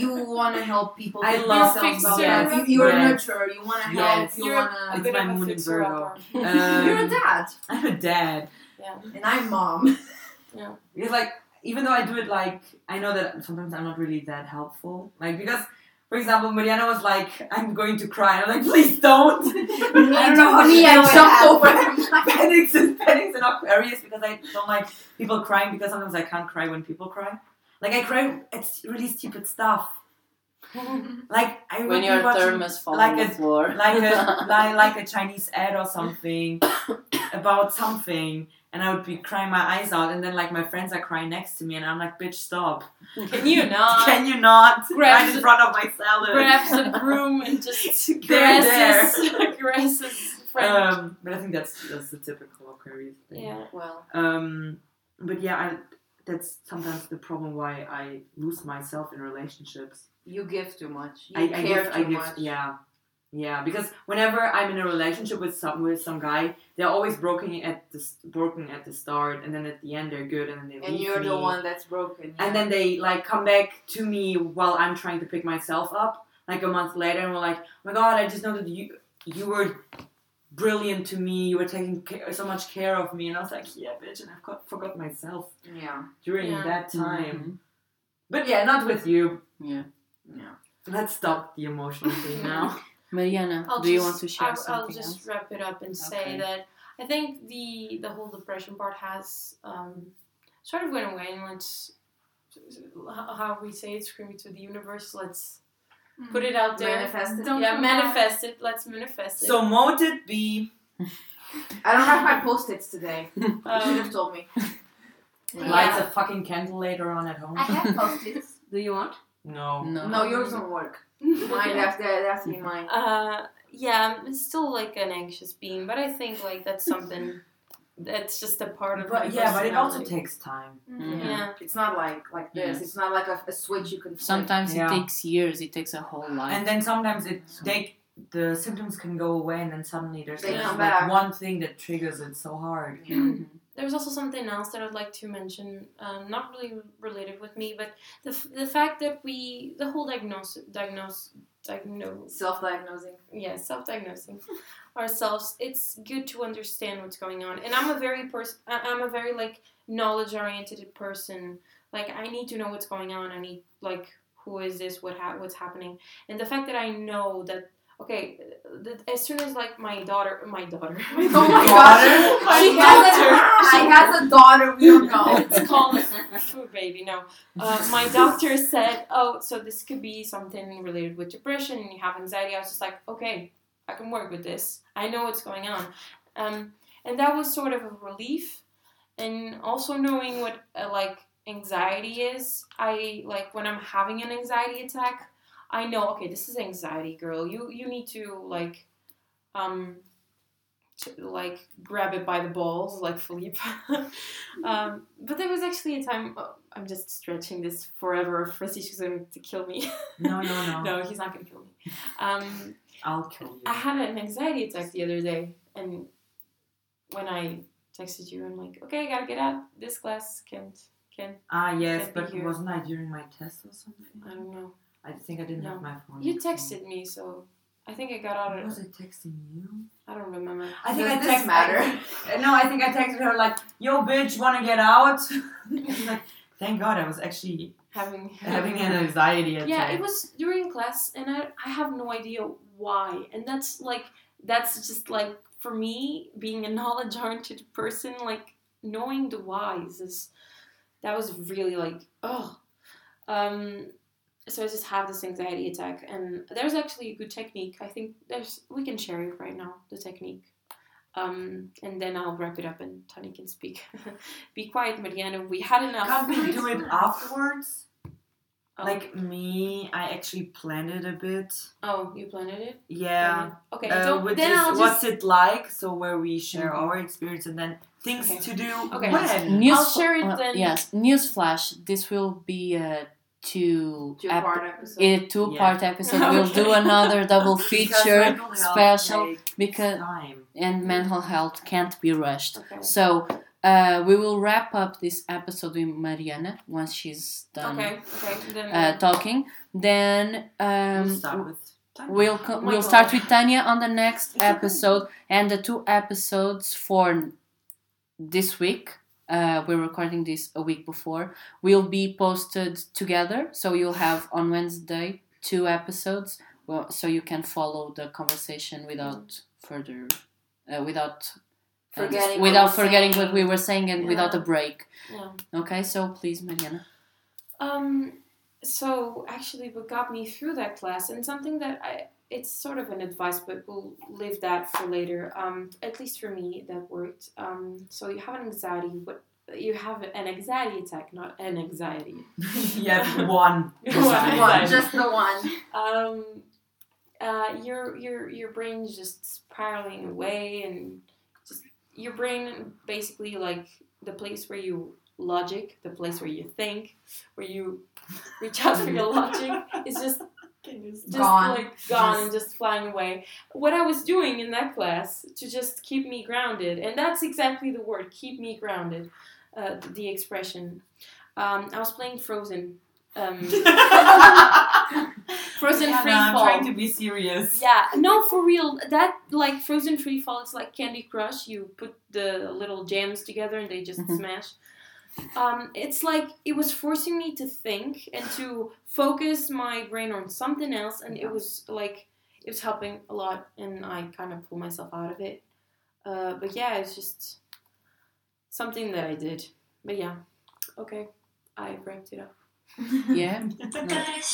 Speaker 4: You want to help people.
Speaker 2: I
Speaker 4: pick
Speaker 2: love
Speaker 4: themselves up.
Speaker 3: fixer.
Speaker 4: You- You're a
Speaker 2: Yes.
Speaker 4: nurturer. You want to help.
Speaker 2: Yes.
Speaker 4: You
Speaker 3: You're-
Speaker 4: want
Speaker 2: It's
Speaker 4: to.
Speaker 3: Bit
Speaker 2: my
Speaker 3: of a
Speaker 2: mood in
Speaker 3: fixer
Speaker 2: Virgo.
Speaker 3: upper.
Speaker 2: Um,
Speaker 4: You're a dad,
Speaker 2: I'm a dad.
Speaker 4: and I'm mom.
Speaker 2: It's like even though I do it like I know that sometimes I'm not really that helpful. Like because for example, Mariana was like, "I'm going to cry." I'm like, "Please don't." I don't know how
Speaker 4: Me,
Speaker 2: to
Speaker 4: I
Speaker 2: do it.
Speaker 4: jumped over.
Speaker 2: panics and panics and Aquarius because I don't like people crying because sometimes I can't cry when people cry. Like I cry at really stupid stuff. Like I
Speaker 1: when
Speaker 2: would be
Speaker 1: your
Speaker 2: watching-
Speaker 1: thermos falls
Speaker 2: like
Speaker 1: on the
Speaker 2: a-
Speaker 1: floor,
Speaker 2: like a like, like a Chinese ad or something about something, and I would be crying my eyes out, and then like my friends are crying next to me, and I'm like, bitch, stop!
Speaker 3: can you not
Speaker 2: Can you not
Speaker 3: grab
Speaker 2: right in
Speaker 3: the-
Speaker 2: front of my salad?
Speaker 3: Uh, grabs a broom and just
Speaker 2: They're
Speaker 3: grasses, grasses friend.
Speaker 2: Um, but I think that's that's the typical Aquarius thing.
Speaker 3: yeah.
Speaker 1: well,
Speaker 2: Um, but yeah, I, that's sometimes the problem why I lose myself in relationships.
Speaker 4: You give too much. You
Speaker 2: I, I
Speaker 4: care
Speaker 2: give,
Speaker 4: too
Speaker 2: I give,
Speaker 4: much.
Speaker 2: yeah, yeah. Because whenever I'm in a relationship with some with some guy, they're always broken at the s- broken at the start, and then at the end they're good, and then they
Speaker 4: And
Speaker 2: leave
Speaker 4: you're the
Speaker 2: me.
Speaker 4: one that's broken.
Speaker 2: And then they like come back to me while I'm trying to pick myself up, like a month later, and we're like, oh my god, I just know that you you were brilliant to me, you were taking care, so much care of me, and I was like, yeah, bitch, and I got, forgot myself
Speaker 4: yeah.
Speaker 2: during
Speaker 3: Yeah.
Speaker 2: that time. But yeah, not with you.
Speaker 1: Yeah.
Speaker 4: Yeah.
Speaker 2: Let's stop the emotional thing now.
Speaker 1: Mariana,
Speaker 3: I'll
Speaker 1: do you
Speaker 3: just-
Speaker 1: want to share
Speaker 3: I'll,
Speaker 1: something
Speaker 3: I'll just
Speaker 1: else?
Speaker 3: wrap it up and say
Speaker 2: Okay.
Speaker 3: that I think the the whole depression part has um, sort of went away, and let's how we say it, scream it to the universe. Let's put it
Speaker 4: Mm.
Speaker 3: out there.
Speaker 4: Manifested.
Speaker 5: Don't
Speaker 3: yeah,
Speaker 5: come
Speaker 3: manifest it. Let's manifest it.
Speaker 2: So mote it be
Speaker 4: I don't have my post-its today. You should have
Speaker 3: um,
Speaker 4: told me.
Speaker 6: Yeah.
Speaker 2: lights a fucking candle later on at home.
Speaker 6: I have post-its. Do you want?
Speaker 2: No.
Speaker 1: No.
Speaker 4: No, yours don't work. Mine,
Speaker 3: yeah.
Speaker 4: that's that, that's me, mine.
Speaker 3: Uh, yeah, I'm still like an anxious being, but I think like that's something that's just a part of my
Speaker 2: But yeah, but it also
Speaker 3: personality.
Speaker 2: takes time.
Speaker 1: Mm.
Speaker 3: yeah.
Speaker 4: It's not like like this.
Speaker 1: Yes.
Speaker 4: It's not like a, a switch you can flip.
Speaker 1: Sometimes
Speaker 2: Yeah.
Speaker 1: it takes years. It takes a whole life.
Speaker 2: And then sometimes it they the symptoms can go away and then suddenly there's
Speaker 4: They
Speaker 2: just,
Speaker 4: come
Speaker 2: like
Speaker 4: back.
Speaker 2: one thing that triggers it so hard.
Speaker 3: There's also something else that I'd like to mention, um, not really related with me, but the, f- the fact that we, the whole diagnosis, diagnose, diagnose,
Speaker 4: Self-diagnosing.
Speaker 3: yeah, self diagnosing ourselves, it's good to understand what's going on. And I'm a very person, I'm a very like knowledge oriented person. Like, I need to know what's going on. I need, like, who is this, what ha- what's happening, and the fact that I know that okay, that as soon as like my daughter, my daughter, my
Speaker 4: Oh my
Speaker 2: Daughter?
Speaker 4: gosh. She
Speaker 3: my
Speaker 4: has, a,
Speaker 3: daughter,
Speaker 4: she has a daughter we don't know.
Speaker 3: it's called food baby. No, uh, my doctor said, oh, so this could be something related with depression and you have anxiety. I was just like, okay, I can work with this. I know what's going on, um, and that was sort of a relief, and also knowing what uh, like anxiety is. I like when I'm having an anxiety attack, I know okay, this is anxiety, girl. You you need to like. Um, to, like grab it by the balls, like Philippe. um, but there was actually a time. Oh, I'm just stretching this forever. Francisco's going to kill me.
Speaker 2: No, no, no.
Speaker 3: no, he's not going to kill me. Um,
Speaker 2: I'll kill you.
Speaker 3: I had an anxiety attack the other day, and when I texted you, I'm like, okay, I gotta get out. This class can't, can't.
Speaker 2: Ah, yes,
Speaker 3: Get
Speaker 2: but
Speaker 3: here.
Speaker 2: wasn't I during my test or something?
Speaker 3: I don't know.
Speaker 2: I think I didn't
Speaker 3: No.
Speaker 2: have my phone.
Speaker 3: You texted me, so I think I got out.
Speaker 2: Was
Speaker 3: Of,
Speaker 2: I texting you?
Speaker 3: I don't remember.
Speaker 2: I
Speaker 4: Does
Speaker 2: I
Speaker 4: this
Speaker 2: text-
Speaker 4: matter?
Speaker 2: Uh, No, I think I texted her like, "Yo, bitch, wanna get out?" like, thank God, I was actually
Speaker 3: Having
Speaker 2: having an anxiety attack.
Speaker 3: Yeah, it was during class, and I, I have no idea why. And that's like, that's just like, for me, being a knowledge oriented person, like, knowing the whys is, that was really like, oh. Um, so I just have this anxiety attack, and there's actually a good technique. I think there's, we can share it right now, the technique. Um, and then I'll wrap it up and Tony can speak. Be quiet, Mariana. We had enough.
Speaker 2: Can't we do it afterwards?
Speaker 3: Oh,
Speaker 2: Like me, I actually planned it a bit.
Speaker 3: oh, you planned it?
Speaker 2: Yeah.
Speaker 3: Okay.
Speaker 2: Uh,
Speaker 3: don't,
Speaker 2: with
Speaker 3: then
Speaker 2: this,
Speaker 3: I'll
Speaker 2: what's
Speaker 3: just.
Speaker 2: it like? So where we share
Speaker 3: Mhm.
Speaker 2: our experience and then things
Speaker 3: Okay.
Speaker 2: to do
Speaker 3: Okay.
Speaker 2: when.
Speaker 1: News uh,
Speaker 3: I'll share it then.
Speaker 1: yes, newsflash. This will be a two
Speaker 4: Two
Speaker 1: ep-
Speaker 4: part episode.
Speaker 1: a two part episode. We'll do
Speaker 3: Okay.
Speaker 1: another double
Speaker 2: Because
Speaker 1: feature
Speaker 2: mental health
Speaker 1: special
Speaker 2: takes
Speaker 1: because
Speaker 2: time.
Speaker 1: and mental health can't be rushed.
Speaker 3: Okay.
Speaker 1: So uh, we will wrap up this episode with Mariana once she's done
Speaker 3: Okay. Okay. Then.
Speaker 1: uh, talking. Then um,
Speaker 2: we'll start with time.
Speaker 1: We'll co-
Speaker 3: my
Speaker 1: we'll
Speaker 3: God.
Speaker 1: start with Tanya on the next episode and the two episodes for this week. Uh, we're recording this a week before. Will be posted together, so you'll have on Wednesday two episodes. Well, so you can follow the conversation without further, uh, without uh,
Speaker 4: Forgetting what
Speaker 1: without
Speaker 4: we're
Speaker 1: forgetting
Speaker 4: saying.
Speaker 1: what we were saying and without a break.
Speaker 3: yeah.
Speaker 1: Okay, so please, Mariana.
Speaker 3: Um. So actually, what got me through that class and something that I. It's sort of an advice, but we'll leave that for later. Um, at least for me, that worked. Um, so you have an anxiety, but you have an anxiety attack, not an anxiety.
Speaker 2: yeah, one.
Speaker 3: One.
Speaker 4: One, just the one.
Speaker 3: um, uh, your your your brain's just spiraling away, and just your brain basically like the place where you logic, the place where you think, where you reach out for your logic, is just just
Speaker 4: Gone.
Speaker 3: like gone and just flying away. What I was doing in that class to just keep me grounded, and that's exactly the word, keep me grounded, uh, the expression. Um, I was playing Frozen. Um, Frozen
Speaker 2: Diana,
Speaker 3: free
Speaker 2: I'm
Speaker 3: fall.
Speaker 2: trying to be serious.
Speaker 3: Yeah, no, for real. That like Frozen Free Fall, it's like Candy Crush. You put the little jams together and they just
Speaker 1: Mhm.
Speaker 3: smash. Um, it's like it was forcing me to think and to focus my brain on something else, and it was like it was helping a lot, and I kind of pulled myself out of it. Uh, but yeah, it's just something that I did. But yeah, okay, I wrapped it up.
Speaker 1: Yeah.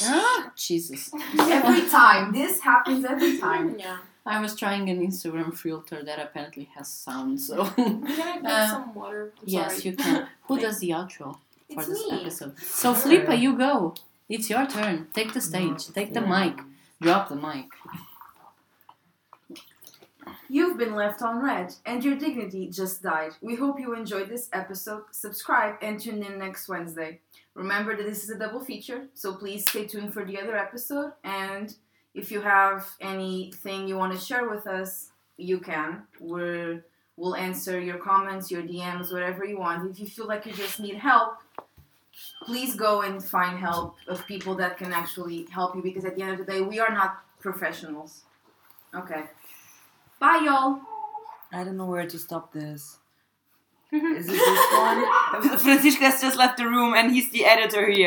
Speaker 1: Ah, Jesus.
Speaker 4: Every time. This happens every time.
Speaker 3: Yeah,
Speaker 1: I was trying an Instagram filter that apparently has sound, so
Speaker 3: can I get
Speaker 1: Uh,
Speaker 3: some water? I'm
Speaker 1: yes,
Speaker 3: sorry.
Speaker 1: you can. Who does the outro for
Speaker 4: It's
Speaker 1: this
Speaker 4: me.
Speaker 1: episode? So Flipa, you go. It's your turn. Take the stage. Take the mic. Drop the mic.
Speaker 4: You've been left on red, and your dignity just died. We hope you enjoyed this episode. Subscribe and tune in next Wednesday. Remember that this is a double feature, so please stay tuned for the other episode. And if you have anything you want to share with us, you can. We're, we'll answer your comments, your DMs, whatever you want. If you feel like you just need help, please go and find help of people that can actually help you because at the end of the day, we are not professionals. Okay. Bye, y'all.
Speaker 2: I don't know where to stop this. Is it this one? Francisco has just left the room and he's the editor here.